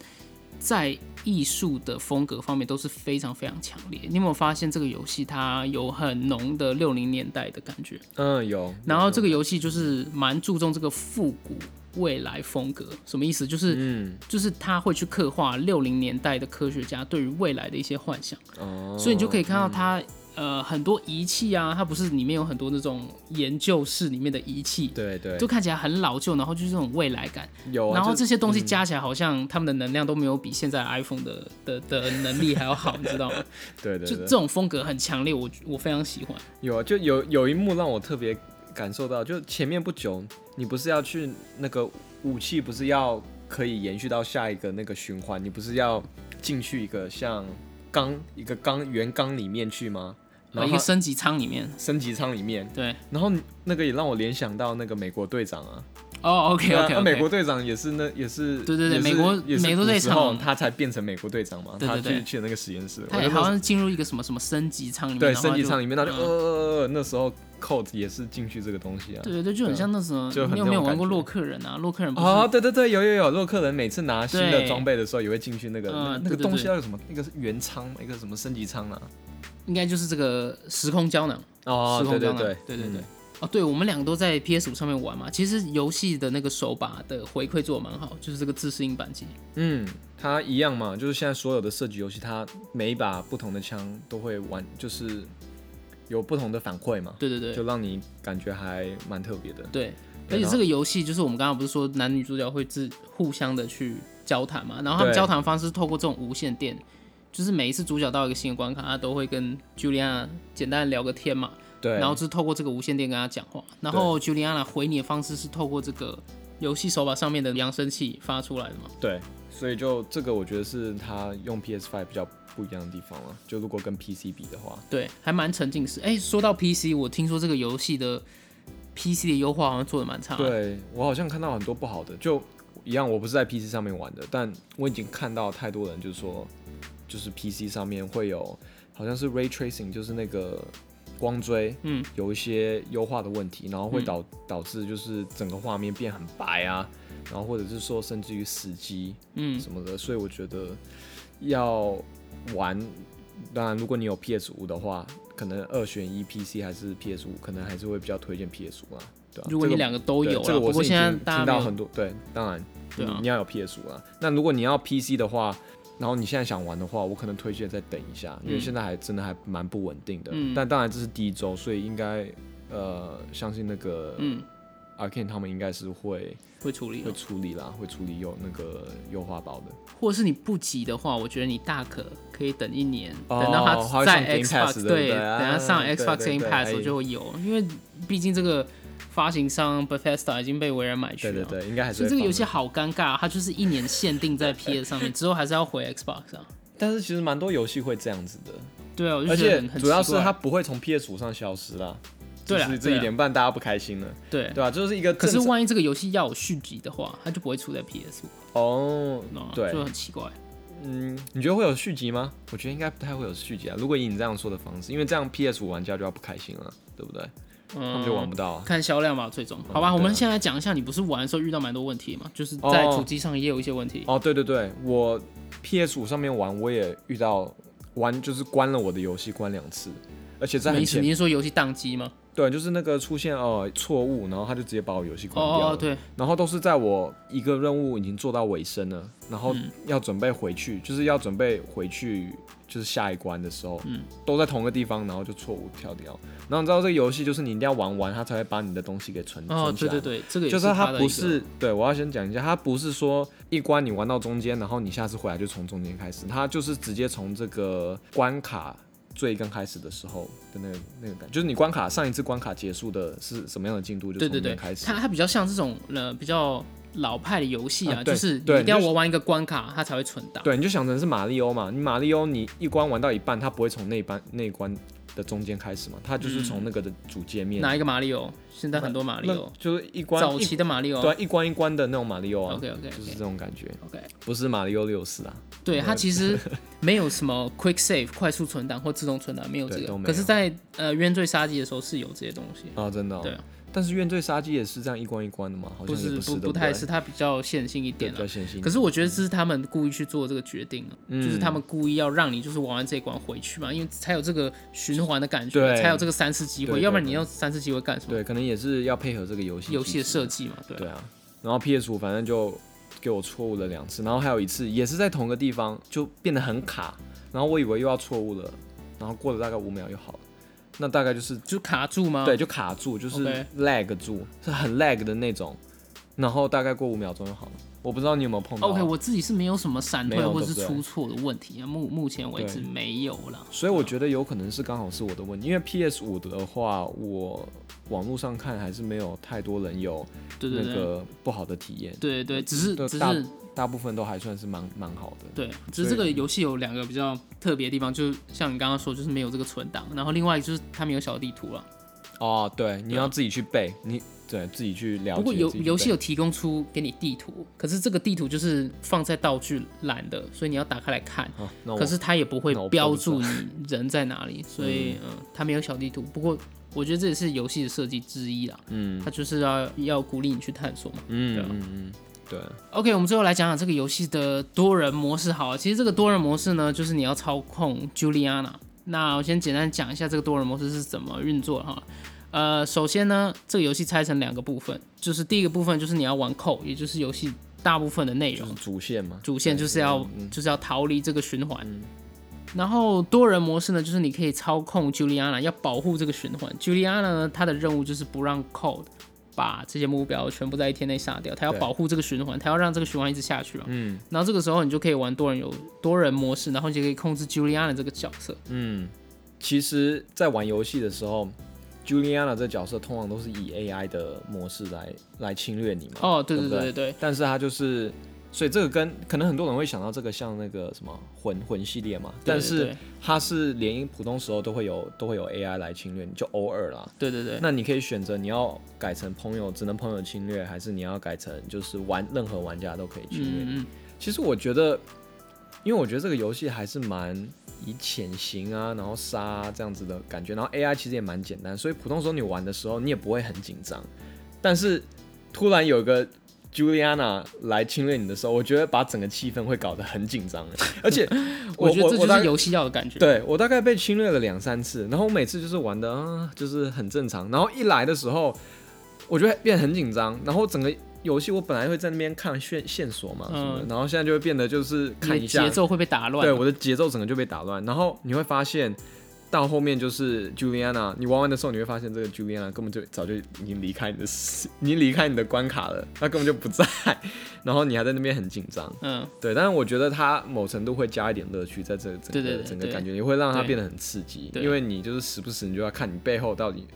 [SPEAKER 1] 在艺术的风格方面都是非常非常强烈。你有没有发现这个游戏它有很浓的六零年代的感觉？
[SPEAKER 3] 嗯，有。
[SPEAKER 1] 然后这
[SPEAKER 3] 个，
[SPEAKER 1] 个游戏就是蛮注重这个复古未来风格，什么意思？就是、
[SPEAKER 3] 嗯，
[SPEAKER 1] 就是他会去刻画六零年代的科学家对于未来的一些幻想，
[SPEAKER 3] 哦，
[SPEAKER 1] 所以你就可以看到它呃很多仪器啊，它不是里面有很多那种研究室里面的仪器，
[SPEAKER 3] 对对，
[SPEAKER 1] 就看起来很老旧，然后就是这种未来感。
[SPEAKER 3] 有啊。
[SPEAKER 1] 然后
[SPEAKER 3] 就
[SPEAKER 1] 这些东西加起来，好像他们的能量都没有比现在 iPhone 的的的能力还要 好，你知道吗？
[SPEAKER 3] 对对
[SPEAKER 1] 就
[SPEAKER 3] 对，
[SPEAKER 1] 这种风格很强烈，我我非常喜欢。
[SPEAKER 3] 有啊，就有有一幕让我特别感受到，就前面不久，你不是要去那个武器，不是要可以延续到下一个那个循环，你不是要进去一个像缸一个缸圆缸里面去吗？
[SPEAKER 1] 呃
[SPEAKER 3] 然后
[SPEAKER 1] 一个
[SPEAKER 3] 它
[SPEAKER 1] 升级舱里面，
[SPEAKER 3] 升级舱里面，
[SPEAKER 1] 对，
[SPEAKER 3] 然后那个也让我联想到那个美国队长 啊，
[SPEAKER 1] 哦，OK
[SPEAKER 3] 对啊
[SPEAKER 1] OK，
[SPEAKER 3] 那美国队长也是那也是
[SPEAKER 1] 对对对
[SPEAKER 3] 也是
[SPEAKER 1] 美国
[SPEAKER 3] 也是
[SPEAKER 1] 美国
[SPEAKER 3] 古
[SPEAKER 1] 队
[SPEAKER 3] 时候
[SPEAKER 1] 长
[SPEAKER 3] 他才变成美国队长嘛，
[SPEAKER 1] 对对
[SPEAKER 3] 他
[SPEAKER 1] 对
[SPEAKER 3] 去去那个实验室，
[SPEAKER 1] 他
[SPEAKER 3] 我
[SPEAKER 1] 也
[SPEAKER 3] 就那
[SPEAKER 1] 好像进入一个什么什么升级舱里面，
[SPEAKER 3] 对
[SPEAKER 1] 然后
[SPEAKER 3] 升级
[SPEAKER 1] 就
[SPEAKER 3] 舱里面，他就呃
[SPEAKER 1] 嗯
[SPEAKER 3] 呃呃那时候 Colt 也是进去这个东西啊，
[SPEAKER 1] 对对对，就很像那什么
[SPEAKER 3] 就，很
[SPEAKER 1] 你有没
[SPEAKER 3] 那
[SPEAKER 1] 有
[SPEAKER 3] 种
[SPEAKER 1] 玩过
[SPEAKER 3] 感觉
[SPEAKER 1] 洛克人啊？洛克人不是
[SPEAKER 3] 哦，对对对，有有有，洛克人每次拿新的
[SPEAKER 1] 对
[SPEAKER 3] 装备的时候也会进去那个
[SPEAKER 1] 嗯
[SPEAKER 3] 那个那
[SPEAKER 1] 对
[SPEAKER 3] 个
[SPEAKER 1] 对
[SPEAKER 3] 东西
[SPEAKER 1] 对
[SPEAKER 3] 叫做什么？一个是原仓，一个什么升级仓啊？
[SPEAKER 1] 应该就是这个时空胶囊
[SPEAKER 3] 哦，
[SPEAKER 1] 时
[SPEAKER 3] 对
[SPEAKER 1] 空胶
[SPEAKER 3] 对
[SPEAKER 1] 囊，
[SPEAKER 3] 对
[SPEAKER 1] 对对对
[SPEAKER 3] 嗯。
[SPEAKER 1] 哦，对，我们两个都在 PS 五上面玩嘛。其实游戏的那个手把的回馈做的蛮好，就是这个自适应扳机。
[SPEAKER 3] 嗯，它一样嘛，就是现在所有的射击游戏，它每一把不同的枪都会玩，就是有不同的反馈嘛，
[SPEAKER 1] 对对对
[SPEAKER 3] 就让你感觉还蛮特别的。
[SPEAKER 1] 对，而
[SPEAKER 3] 对
[SPEAKER 1] 且
[SPEAKER 3] 然后
[SPEAKER 1] 这个游戏就是我们刚刚不是说男女主角会自互相的去交谈嘛，然后他们
[SPEAKER 3] 对
[SPEAKER 1] 交谈方式透过这种无线电，就是每一次主角到一个新的关卡，他都会跟 Juliana 简单地聊个天嘛，
[SPEAKER 3] 对，
[SPEAKER 1] 然后就是透过这个无线电跟他讲话，然后 Juliana 回你的方式是透过这个游戏手把上面的扬声器发出来的嘛。
[SPEAKER 3] 对，所以就这个我觉得是它用 PS5 比较不一样的地方了。就如果跟 PC 比的话，
[SPEAKER 1] 对，还蛮沉浸式。哎、说到 PC，我听说这个游戏的 PC 的优化好像做的蛮差的。
[SPEAKER 3] 对我好像看到很多不好的，就一样，我不是在 PC 上面玩的，但我已经看到太多人就是说，就是 PC 上面会有好像是 ray tracing，就是那个光追，
[SPEAKER 1] 嗯，
[SPEAKER 3] 有一些优化的问题，然后会
[SPEAKER 1] 嗯
[SPEAKER 3] 导导致就是整个画面变很白啊，然后或者是说甚至于死机
[SPEAKER 1] 嗯，
[SPEAKER 3] 什么的，所以我觉得要玩，当然如果你有 PS 五的话，可能二选一 PC 还是 PS 五，可能还是会比较推荐 PS 五啊。对啊
[SPEAKER 1] 如果你
[SPEAKER 3] 这个
[SPEAKER 1] 两个都
[SPEAKER 3] 对
[SPEAKER 1] 有
[SPEAKER 3] 这
[SPEAKER 1] 啦，
[SPEAKER 3] 个
[SPEAKER 1] 不
[SPEAKER 3] 我
[SPEAKER 1] 过
[SPEAKER 3] 是已
[SPEAKER 1] 现在
[SPEAKER 3] 经
[SPEAKER 1] 大家
[SPEAKER 3] 听到
[SPEAKER 1] 没有
[SPEAKER 3] 很多，对，当然，
[SPEAKER 1] 对啊
[SPEAKER 3] 你你要有 PS 五啊。那如果你要 PC 的话，然后你现在想玩的话，我可能推荐再等一下，因为
[SPEAKER 1] 嗯
[SPEAKER 3] 现在还真的还蛮不稳定的。
[SPEAKER 1] 嗯
[SPEAKER 3] 但当然这是第一周，所以应该呃，相信那个
[SPEAKER 1] 嗯
[SPEAKER 3] Arkane 他们应该是会
[SPEAKER 1] 会处理哦
[SPEAKER 3] 会。处理啦，会处理有那个优化包的。
[SPEAKER 1] 或者是你不急的话，我觉得你大可可以等一年，
[SPEAKER 3] 哦
[SPEAKER 1] 等到
[SPEAKER 3] 它
[SPEAKER 1] 它
[SPEAKER 3] 会上
[SPEAKER 1] 在
[SPEAKER 3] Game Pass，
[SPEAKER 1] Xbox
[SPEAKER 3] 对不对
[SPEAKER 1] 等它
[SPEAKER 3] 啊
[SPEAKER 1] 上
[SPEAKER 3] 对
[SPEAKER 1] Xbox
[SPEAKER 3] 对
[SPEAKER 1] Game
[SPEAKER 3] 对
[SPEAKER 1] Pass
[SPEAKER 3] 哎
[SPEAKER 1] 我就会有，因为毕竟这个发行商 Bethesda 已经被微软买去
[SPEAKER 3] 对
[SPEAKER 1] 了。
[SPEAKER 3] 对对，应该还是
[SPEAKER 1] 所以
[SPEAKER 3] 会
[SPEAKER 1] 啊这个游戏
[SPEAKER 3] 放的，
[SPEAKER 1] 好尴尬，它就是一年限定在 PS 上面，之后还是要回 Xbox 上。
[SPEAKER 3] 但是其实蛮多游戏会这样子的，
[SPEAKER 1] 对啊，我就
[SPEAKER 3] 而
[SPEAKER 1] 觉得
[SPEAKER 3] 且
[SPEAKER 1] 很很
[SPEAKER 3] 主要
[SPEAKER 1] 奇
[SPEAKER 3] 是
[SPEAKER 1] 怪
[SPEAKER 3] 它不会从 PS 五上消失啦。
[SPEAKER 1] 对啦
[SPEAKER 3] 就是
[SPEAKER 1] 对
[SPEAKER 3] 这
[SPEAKER 1] 啦
[SPEAKER 3] 一点，不然大家不开心了，
[SPEAKER 1] 对
[SPEAKER 3] 对。吧、啊就是一个
[SPEAKER 1] 可
[SPEAKER 3] 正
[SPEAKER 1] 是
[SPEAKER 3] 常
[SPEAKER 1] 万一这个游戏要有续集的话，它就不会出在 PS 五，
[SPEAKER 3] 哦
[SPEAKER 1] 懂吗，
[SPEAKER 3] 对，
[SPEAKER 1] 就很奇怪。
[SPEAKER 3] 嗯，你觉得会有续集吗？我觉得应该不太会有续集啊。如果以你这样说的方式，因为这样 PS 五玩家就要不开心了，对不对？
[SPEAKER 1] 嗯
[SPEAKER 3] 他们就玩不到啊。
[SPEAKER 1] 看销量吧，最终好吧。
[SPEAKER 3] 对啊
[SPEAKER 1] 我们现在讲一下，你不是玩的时候遇到蛮多问题嘛，就是在
[SPEAKER 3] 哦
[SPEAKER 1] 主机上也有一些问题。
[SPEAKER 3] 哦，对对对，我 PS 五上面玩，我也遇到玩就是关了我的游戏关两次，而且在
[SPEAKER 1] 什么
[SPEAKER 3] 很
[SPEAKER 1] 意思？
[SPEAKER 3] 前
[SPEAKER 1] 你是说游戏宕机吗？
[SPEAKER 3] 对，就是那个出现哦错误，然后他就直接把我游戏关掉了。
[SPEAKER 1] 哦哦，对，
[SPEAKER 3] 然后都是在我一个任务已经做到尾声了，然后
[SPEAKER 1] 嗯
[SPEAKER 3] 要准备回去，就是要准备回去，就是下一关的时候，嗯，都在同个地方，然后就错误跳掉。然后你知道这个游戏就是你一定要玩完，它才会把你的东西给存
[SPEAKER 1] 哦，
[SPEAKER 3] 存起
[SPEAKER 1] 对
[SPEAKER 3] 来。
[SPEAKER 1] 对对，这个也
[SPEAKER 3] 就是
[SPEAKER 1] 它
[SPEAKER 3] 它
[SPEAKER 1] 的一
[SPEAKER 3] 不
[SPEAKER 1] 个
[SPEAKER 3] 是对，我要先讲一下，它不是说一关你玩到中间，然后你下次回来就从中间开始，它就是直接从这个关卡最刚开始的时候的那个那个感觉，就是你关卡上一次关卡结束的是什么样的进度，就
[SPEAKER 1] 对
[SPEAKER 3] 从
[SPEAKER 1] 对
[SPEAKER 3] 那
[SPEAKER 1] 对，
[SPEAKER 3] 边开始。
[SPEAKER 1] 它它比较像这种呃比较老派的游戏啊，
[SPEAKER 3] 啊
[SPEAKER 1] 就
[SPEAKER 3] 对
[SPEAKER 1] 是你
[SPEAKER 3] 对
[SPEAKER 1] 一定要
[SPEAKER 3] 你就
[SPEAKER 1] 玩完一个关卡，它才会存档。
[SPEAKER 3] 对，你就想成是马里欧嘛，你马里欧你一关玩到一半，它不会从那一关那一关的中间开始嘛，它就是从那个的主界
[SPEAKER 1] 嗯
[SPEAKER 3] 面。
[SPEAKER 1] 哪一个马里奥？现在很多马里
[SPEAKER 3] 那
[SPEAKER 1] 奥，
[SPEAKER 3] 就是一关
[SPEAKER 1] 早
[SPEAKER 3] 一
[SPEAKER 1] 期的马里奥
[SPEAKER 3] 对、。啊、一关一关的那种马里欧啊
[SPEAKER 1] OK OK
[SPEAKER 3] 就是
[SPEAKER 1] OK
[SPEAKER 3] 这种感觉，
[SPEAKER 1] OK，
[SPEAKER 3] 不是马里欧六四啊。
[SPEAKER 1] 对它其 实没有什么 quick save 快速存档或自动存档，没有这
[SPEAKER 3] 对
[SPEAKER 1] 个
[SPEAKER 3] 都。没
[SPEAKER 1] 可
[SPEAKER 3] 有
[SPEAKER 1] 是在，呃冤罪杀机的时候是有这些东西。
[SPEAKER 3] 啊，真的、哦。
[SPEAKER 1] 对啊。
[SPEAKER 3] 但是怨罪杀机也是这样一关一关的嘛，好像也
[SPEAKER 1] 是
[SPEAKER 3] 是
[SPEAKER 1] 不
[SPEAKER 3] 对不
[SPEAKER 1] 太
[SPEAKER 3] 对
[SPEAKER 1] 是，它比较线性一
[SPEAKER 3] 对
[SPEAKER 1] 点
[SPEAKER 3] 比
[SPEAKER 1] 了
[SPEAKER 3] 较。线性。
[SPEAKER 1] 可是我觉得这是他们故意去做这个决定啊，就是
[SPEAKER 3] 嗯
[SPEAKER 1] 他们故意要让你就是玩完这一关回去嘛，因为才有这个循环的感觉，
[SPEAKER 3] 对
[SPEAKER 1] 才有这个三次机会，
[SPEAKER 3] 对对
[SPEAKER 1] 要不然
[SPEAKER 3] 对
[SPEAKER 1] 你要三次机会干什么？
[SPEAKER 3] 对，可能也是要配合这个游戏
[SPEAKER 1] 游戏
[SPEAKER 3] 机
[SPEAKER 1] 的
[SPEAKER 3] 制
[SPEAKER 1] 设计嘛，对啊
[SPEAKER 3] 对啊，然后 PS 五反正就给我错误了两次，然后还有一次也是在同个地方就变得很卡，然后我以为又要错误了，然后过了大概五秒又好了，那大概就是、
[SPEAKER 1] 就卡住吗？
[SPEAKER 3] 对，就卡住，就是
[SPEAKER 1] 嗯 OK
[SPEAKER 3] lag 住，是很 lag 的那种，然后大概过五秒钟就好了。我不知道你有没有碰到啊
[SPEAKER 1] OK，我自己是没有什么闪
[SPEAKER 3] 没
[SPEAKER 1] 退
[SPEAKER 3] 有
[SPEAKER 1] 或是
[SPEAKER 3] 对不
[SPEAKER 1] 出
[SPEAKER 3] 对
[SPEAKER 1] 错的问题啊，目目前为
[SPEAKER 3] 对
[SPEAKER 1] 止没有啦。
[SPEAKER 3] 所以我觉得有可能是刚好是我的问题，因为 PS 五的话，我网络上看还是没有太多人有
[SPEAKER 1] 对对对，
[SPEAKER 3] 那个不好的体验，
[SPEAKER 1] 对对，只是
[SPEAKER 3] 就
[SPEAKER 1] 只
[SPEAKER 3] 大
[SPEAKER 1] 是
[SPEAKER 3] 大部分都还算是蛮蛮好的。
[SPEAKER 1] 对，只是这个游戏有两个比较特别的地方，就是像你刚刚说，就是没有这个存档，然后另外就是它没有小地图了。
[SPEAKER 3] 哦，对，你要自己去背，你对自己去了解。
[SPEAKER 1] 不过游
[SPEAKER 3] 自己去背
[SPEAKER 1] 游戏有提供出给你地图，可是这个地图就是放在道具栏的，所以你要打开来看。
[SPEAKER 3] 哦，那我
[SPEAKER 1] 可是它也不会
[SPEAKER 3] 那我
[SPEAKER 1] 标
[SPEAKER 3] 不知道
[SPEAKER 1] 注你人在哪里，所以嗯，它没有小地图。不过我觉得这也是游戏的设计之一啦，
[SPEAKER 3] 嗯
[SPEAKER 1] 它就是要要鼓励你去探索嘛。对啊
[SPEAKER 3] 嗯嗯嗯，对，
[SPEAKER 1] OK，我们最后来讲讲这个游戏的多人模式好了。其实这个多人模式呢，就是你要操控 Juliana。那我先简单讲一下这个多人模式是怎么运作的哈。呃，首先呢，这个游戏拆成两个部分，就是第一个部分就是你要玩扣，也就是游戏大部分的内
[SPEAKER 3] 就
[SPEAKER 1] 容
[SPEAKER 3] 是，主线嘛，
[SPEAKER 1] 主线
[SPEAKER 3] 对
[SPEAKER 1] 就是要
[SPEAKER 3] 嗯
[SPEAKER 1] 就是要逃离这个循环。然后多人模式呢，就是你可以操控 Juliana，要保护这个循环。Juliana 呢，她的任务就是不让 Cold 把这些目标全部在一天内杀掉，她要
[SPEAKER 3] 对
[SPEAKER 1] 保护这个循环，她要让这个循环一直下去嘛。
[SPEAKER 3] 嗯
[SPEAKER 1] 然后这个时候你就可以玩多人游多人模式，然后你就可以控制 Juliana 这个角色。
[SPEAKER 3] 嗯。其实，在玩游戏的时候，Juliana 这角色通常都是以 AI 的模式来来侵略你嘛。
[SPEAKER 1] 哦，对
[SPEAKER 3] 对
[SPEAKER 1] 对
[SPEAKER 3] 不
[SPEAKER 1] 对对对，
[SPEAKER 3] 但是它就是，所以这个跟可能很多人会想到这个像那个什么魂魂系列嘛，但
[SPEAKER 1] 对
[SPEAKER 3] 是它是连普通时候都会有都会有 AI 来侵略你，就偶尔啦。
[SPEAKER 1] 对对对，
[SPEAKER 3] 那你可以选择你要改成朋友，只能朋友侵略，还是你要改成就是玩任何玩家都可以侵略。
[SPEAKER 1] 嗯嗯，
[SPEAKER 3] 其实我觉得，因为我觉得这个游戏还是蛮以潜行啊，然后杀、啊、这样子的感觉，然后 AI 其实也蛮简单，所以普通时候你玩的时候你也不会很紧张。但是突然有一个 Juliana 来侵略你的时候，我觉得把整个气氛会搞得很紧张，欸而 且
[SPEAKER 1] 嗯我觉得这
[SPEAKER 3] 我
[SPEAKER 1] 就
[SPEAKER 3] 大
[SPEAKER 1] 是
[SPEAKER 3] 概
[SPEAKER 1] 游戏要的感觉。
[SPEAKER 3] 对我大概被侵略了两三次，然后我每次就是玩的啊，就是很正常。然后一来的时候，我就会变得很紧张，然后整个游戏我本来会在那边看线线索嘛什么的，
[SPEAKER 1] 嗯
[SPEAKER 3] 然后现在就会变得就是
[SPEAKER 1] 你
[SPEAKER 3] 看
[SPEAKER 1] 的
[SPEAKER 3] 一下
[SPEAKER 1] 节，奏会被打乱。
[SPEAKER 3] 对我的节奏整个就被打乱。然后你会发现，到后面就是 Juliana，你玩完的时候你会发现这个 Juliana 根本就早就已经离开你的， 已经离开你的关卡了，他根本就不在， 然后你还在那边很紧张。
[SPEAKER 1] 嗯，
[SPEAKER 3] 对，但是我觉得它某程度会加一点乐趣在这个整个
[SPEAKER 1] 对对对
[SPEAKER 3] 整个
[SPEAKER 1] 对
[SPEAKER 3] 感觉，也会让它
[SPEAKER 1] 对
[SPEAKER 3] 变得很刺激，
[SPEAKER 1] 对
[SPEAKER 3] 因为你就是时不时你就要看你背后到底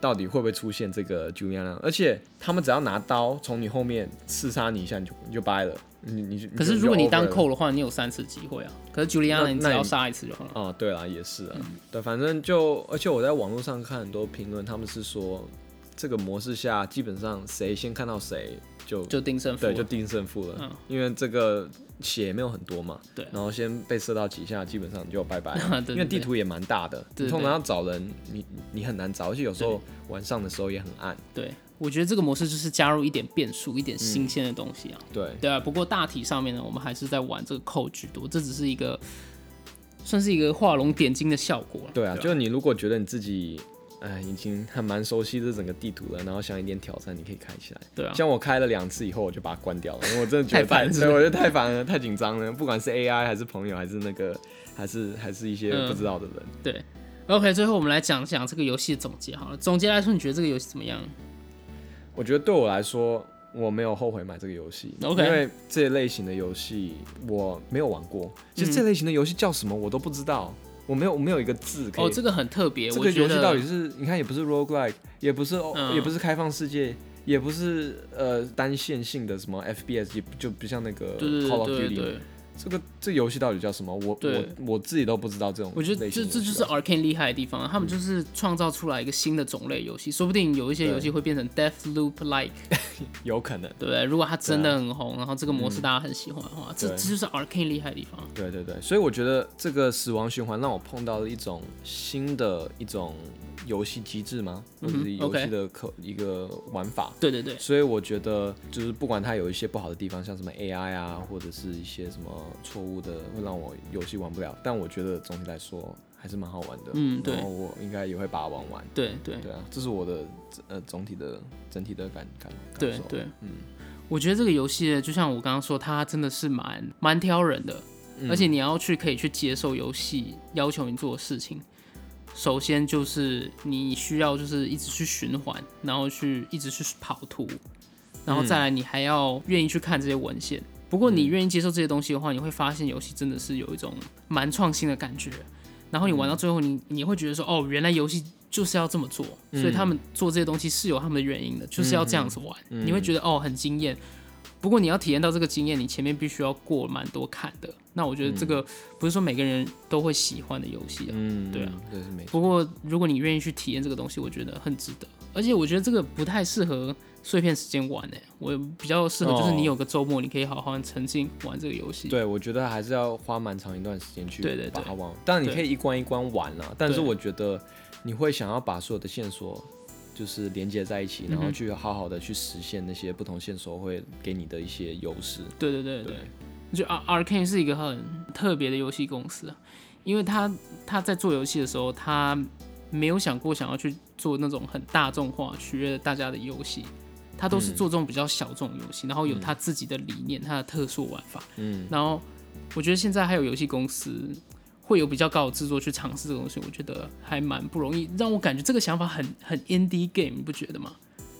[SPEAKER 3] 到底会不会出现这个 Juliana，而且他们只要拿刀从你后面刺杀你一下，你就你就掰了，你你就
[SPEAKER 1] 可是如果你单
[SPEAKER 3] 扣。
[SPEAKER 1] 扣的话，你有三次机会啊。可是 Juliana
[SPEAKER 3] 那
[SPEAKER 1] 你只要杀一次就好了。
[SPEAKER 3] 哦，对啦，也是啊，
[SPEAKER 1] 嗯
[SPEAKER 3] 对，反正就，而且我在网络上看很多评论，他们是说这个模式下，基本上谁先看到谁就
[SPEAKER 1] 就定胜负
[SPEAKER 3] 对
[SPEAKER 1] 了，
[SPEAKER 3] 就定胜负了，
[SPEAKER 1] 嗯
[SPEAKER 3] 因为这个血也没有很多嘛，
[SPEAKER 1] 对
[SPEAKER 3] 然后先被射到几下，基本上你就 拜拜
[SPEAKER 1] 对
[SPEAKER 3] 了，
[SPEAKER 1] 对
[SPEAKER 3] 因为地
[SPEAKER 1] 对
[SPEAKER 3] 图也蛮大的，
[SPEAKER 1] 对
[SPEAKER 3] 你通
[SPEAKER 1] 对
[SPEAKER 3] 常要找人，你你很难找，而且有时候晚上的时候也很暗，
[SPEAKER 1] 对，我觉得这个模式就是加入一点变数，一点
[SPEAKER 3] 嗯
[SPEAKER 1] 新鲜的东西啊。
[SPEAKER 3] 对，
[SPEAKER 1] 对啊，不过大体上面呢，我们还是在玩这个扣居多，这只是一个算是一个画龙点睛的效果了。
[SPEAKER 3] 对啊，就你如果觉得你自己。哎，已经还蛮熟悉这整个地图了，然后想一点挑战，你可以开起来。
[SPEAKER 1] 对啊，
[SPEAKER 3] 像我开了两次以后，我就把它 关掉了，因为我真的觉得
[SPEAKER 1] 太烦
[SPEAKER 3] 太
[SPEAKER 1] 是不是
[SPEAKER 3] 对，我觉得太烦了，太紧张了。不管是 AI 还是朋友，还是那个，还是还是一些
[SPEAKER 1] 嗯
[SPEAKER 3] 不知道的人，
[SPEAKER 1] 对。OK，最后我们来讲讲这个游戏的总结好了。总结来说，你觉得这个游戏怎么样？
[SPEAKER 3] 我觉得对我来说，我没有后悔买这个游戏
[SPEAKER 1] OK
[SPEAKER 3] 因为这类型的游戏我没有玩过。其实这类型的游戏叫什么我都不知道，我没有我没有一个字可以。
[SPEAKER 1] 哦，这个很特别，
[SPEAKER 3] 这
[SPEAKER 1] 我
[SPEAKER 3] 个
[SPEAKER 1] 觉
[SPEAKER 3] 游戏到底
[SPEAKER 1] 得
[SPEAKER 3] 是你看也不是 roguelike，也不是、哦
[SPEAKER 1] 嗯
[SPEAKER 3] 也不是开放世界。也不是呃单线性的什么 FPS，也就不像那个
[SPEAKER 1] 对对
[SPEAKER 3] Call of
[SPEAKER 1] 对
[SPEAKER 3] Duty
[SPEAKER 1] 对对，
[SPEAKER 3] 这个这游戏到底叫什么？我我
[SPEAKER 1] 对
[SPEAKER 3] 我自己都不知道这种
[SPEAKER 1] 我
[SPEAKER 3] 类
[SPEAKER 1] 觉
[SPEAKER 3] 型
[SPEAKER 1] 得
[SPEAKER 3] 的游戏嗯
[SPEAKER 1] 这
[SPEAKER 3] 啊。
[SPEAKER 1] 这就是 Arcane 厉害的地方啊，他们就是创造出来一个新的种类游戏，说不定有一些
[SPEAKER 3] 对
[SPEAKER 1] 游戏会变成 Death Loop like，
[SPEAKER 3] 有可能。
[SPEAKER 1] 对不 对？如果它真的很红，然后这个模式大家很喜欢的话，这
[SPEAKER 3] 啊嗯对
[SPEAKER 1] 这就是 Arcane 厉害的地方。啊
[SPEAKER 3] 对对对，所以我觉得这个死亡循环让我碰到了一种新的一种游戏机制吗？或者是
[SPEAKER 1] 嗯哼
[SPEAKER 3] 游
[SPEAKER 1] ，OK
[SPEAKER 3] 戏的可一个玩法。
[SPEAKER 1] 对对对，
[SPEAKER 3] 所以我觉得，就是不管它有一些不好的地方，像什么 AI 啊，或者是一些什么错误的，会让我游戏玩不了。但我觉得总体来说还是蛮好玩的。
[SPEAKER 1] 嗯对
[SPEAKER 3] 然后我应该也会把它玩完。
[SPEAKER 1] 对对
[SPEAKER 3] 对啊，这是我的呃总体的整体的感感感
[SPEAKER 1] 对
[SPEAKER 3] 受。
[SPEAKER 1] 对，
[SPEAKER 3] 嗯。
[SPEAKER 1] 我觉得这个游戏就像我刚刚说，它真的是蛮蛮挑人的，
[SPEAKER 3] 嗯
[SPEAKER 1] 而且你要去可以去接受游戏要求你做的事情。首先就是你需要就是一直去循环，然后去一直去跑图，然
[SPEAKER 3] 嗯
[SPEAKER 1] 后再来你还要愿意去看这些文献。不过你愿意接受这些东西的话，你会发现游戏真的是有一种蛮创新的感觉。然后你玩到最后你，你会觉得说，哦，原来游戏就是要这么做，所以他们做这些东西是有他们的原因的，就是要这样子玩。你会觉得哦，很惊艳。不过你要体验到这个经验，你前面必须要过蛮多坎的。那我觉得这个不是说每个人都会喜欢的游戏啊。
[SPEAKER 3] 嗯，
[SPEAKER 1] 对啊，
[SPEAKER 3] 这是没错。
[SPEAKER 1] 不过如果你愿意去体验这个东西，我觉得很值得。而且我觉得这个不太适合碎片时间玩诶、我比较适合就是
[SPEAKER 3] 哦
[SPEAKER 1] 你有个周末，你可以好好沉浸玩这个游戏。
[SPEAKER 3] 对，我觉得还是要花蛮长一段时间去
[SPEAKER 1] 对对对
[SPEAKER 3] 把它玩。当然你
[SPEAKER 1] 对
[SPEAKER 3] 可以一关一关玩啦，但是
[SPEAKER 1] 对
[SPEAKER 3] 我觉得你会想要把所有的线索就是连接在一起，
[SPEAKER 1] 嗯
[SPEAKER 3] 然后去好好的去实现那些不同线索会给你的一些优势。
[SPEAKER 1] 对对对
[SPEAKER 3] 对
[SPEAKER 1] 对，我觉得 Ar Arcane 是一个很特别的游戏公司啊，因为他他在做游戏的时候，他没有想过想要去做那种很大众化、取悦大家的游戏，他都
[SPEAKER 3] 嗯
[SPEAKER 1] 是做这种比较小众的游戏，然后有他自己的理念、他的特殊玩法。
[SPEAKER 3] 嗯，
[SPEAKER 1] 然后我觉得现在还有游戏公司会有比较高的制作去尝试这个东西，我觉得还蛮不容易，让我感觉这个想法很很 indie game，你不觉得吗？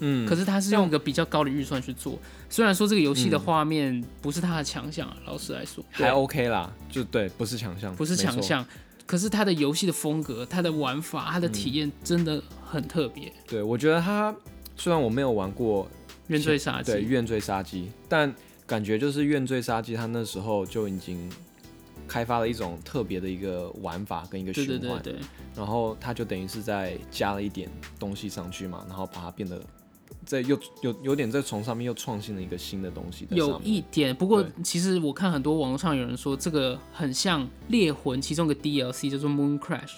[SPEAKER 3] 嗯
[SPEAKER 1] 可是他是用一个比较高的预算去做，虽然说这个游戏的画面不是他的强项啊，老实来说，
[SPEAKER 3] 还
[SPEAKER 1] 对
[SPEAKER 3] OK 啦，就对，不是强项，
[SPEAKER 1] 不是
[SPEAKER 3] 没错
[SPEAKER 1] 强。项，可是他的游戏的风格、他的玩法、他的体验真的很特别。
[SPEAKER 3] 对，我觉得它虽然我没有玩过
[SPEAKER 1] 原罪杀机
[SPEAKER 3] 对《怨罪杀机》，但感觉就是《怨罪杀机》，它那时候就已经开发了一种特别的一个玩法跟一个
[SPEAKER 1] 对
[SPEAKER 3] 循
[SPEAKER 1] 对
[SPEAKER 3] 环。
[SPEAKER 1] 对对
[SPEAKER 3] 然后它就等于是在加了一点东西上去嘛，然后把它变得在又有有点在从上面又创新了一个新的东西在
[SPEAKER 1] 有
[SPEAKER 3] 上面。
[SPEAKER 1] 一点，不过
[SPEAKER 3] 对
[SPEAKER 1] 其实我看很多网络上有人说这个很像《猎魂》其中一个 DLC，叫做 Moon Crash。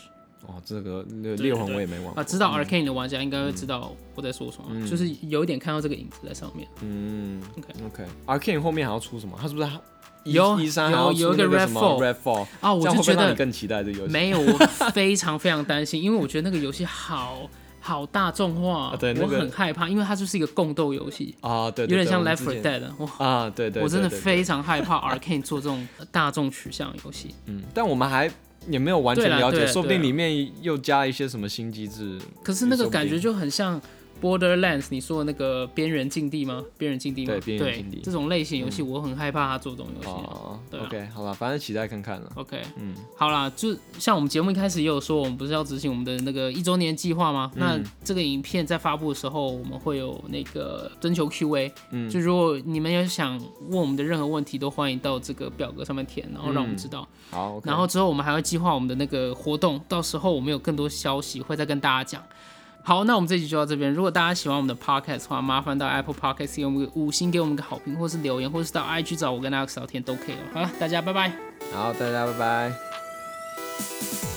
[SPEAKER 3] 哦，这个那猎魂我也没玩过
[SPEAKER 1] 啊，知道 Arcane 的玩家应该会知道我在说什么，就是有一点看到这个影子在上面。
[SPEAKER 3] 嗯
[SPEAKER 1] OK
[SPEAKER 3] OK。Arcane 后面还要出什么？它是不是还伊
[SPEAKER 1] 有
[SPEAKER 3] 伊莎还
[SPEAKER 1] 有
[SPEAKER 3] 要
[SPEAKER 1] 有
[SPEAKER 3] 出
[SPEAKER 1] 一
[SPEAKER 3] 那
[SPEAKER 1] 个
[SPEAKER 3] 个什么
[SPEAKER 1] Redfall
[SPEAKER 3] Redfall？
[SPEAKER 1] 啊，
[SPEAKER 3] 这
[SPEAKER 1] 我
[SPEAKER 3] 样
[SPEAKER 1] 就
[SPEAKER 3] 会不
[SPEAKER 1] 觉
[SPEAKER 3] 会让你
[SPEAKER 1] 得
[SPEAKER 3] 更期待这个游戏？
[SPEAKER 1] 没有，我非常非常担心，因为 我觉得那个游戏好好大众化，
[SPEAKER 3] 啊对那
[SPEAKER 1] 我
[SPEAKER 3] 个
[SPEAKER 1] 很害怕，因为它就是一个共斗游戏，
[SPEAKER 3] 啊，对，
[SPEAKER 1] 有
[SPEAKER 3] 对
[SPEAKER 1] 点像
[SPEAKER 3] 对
[SPEAKER 1] Left 4
[SPEAKER 3] 我们之前
[SPEAKER 1] Dead，我
[SPEAKER 3] 啊，对对，
[SPEAKER 1] 我真的
[SPEAKER 3] 对对
[SPEAKER 1] 非常害怕 Arcane 做这种大众取向的游戏。
[SPEAKER 3] 嗯，但我们还也没有完全
[SPEAKER 1] 对啦
[SPEAKER 3] 了解，
[SPEAKER 1] 对啦
[SPEAKER 3] 说不定
[SPEAKER 1] 对啦
[SPEAKER 3] 里面又加了一些什么新机制。
[SPEAKER 1] 可是那
[SPEAKER 3] 也说
[SPEAKER 1] 个
[SPEAKER 3] 不
[SPEAKER 1] 感觉
[SPEAKER 3] 定
[SPEAKER 1] 就很像 Borderlands，你说的那个边缘禁地吗？边缘禁地吗？
[SPEAKER 3] 对边缘禁地
[SPEAKER 1] 这种类型游戏我很害怕他做这种游戏啊、
[SPEAKER 3] 哦
[SPEAKER 1] 对啊
[SPEAKER 3] OK，好了，反正期待看看了。
[SPEAKER 1] OK，
[SPEAKER 3] 嗯，
[SPEAKER 1] 好啦，就像我们节目一开始也有说，我们不是要执行我们的那个一周年计划吗？那这个影片在发布的时候，我们会有那个征求 Q&A。嗯，就如果你们有想问我们的任何问题，都欢迎到这个表格上面填，然后让我们知道。
[SPEAKER 3] 好 o
[SPEAKER 1] 然后之后我们还会计划我们的那个活动，到时候我们有更多消息会再跟大家讲。好，那我们这集就到这边。如果大家喜欢我们的 podcast 的话，麻烦到 Apple Podcast 给我们个五星，给我们个好评，或是留言，或是到 IG 哦找我跟 Alex 聊天都可以了。好了，大家拜拜。
[SPEAKER 3] 好，大家拜拜。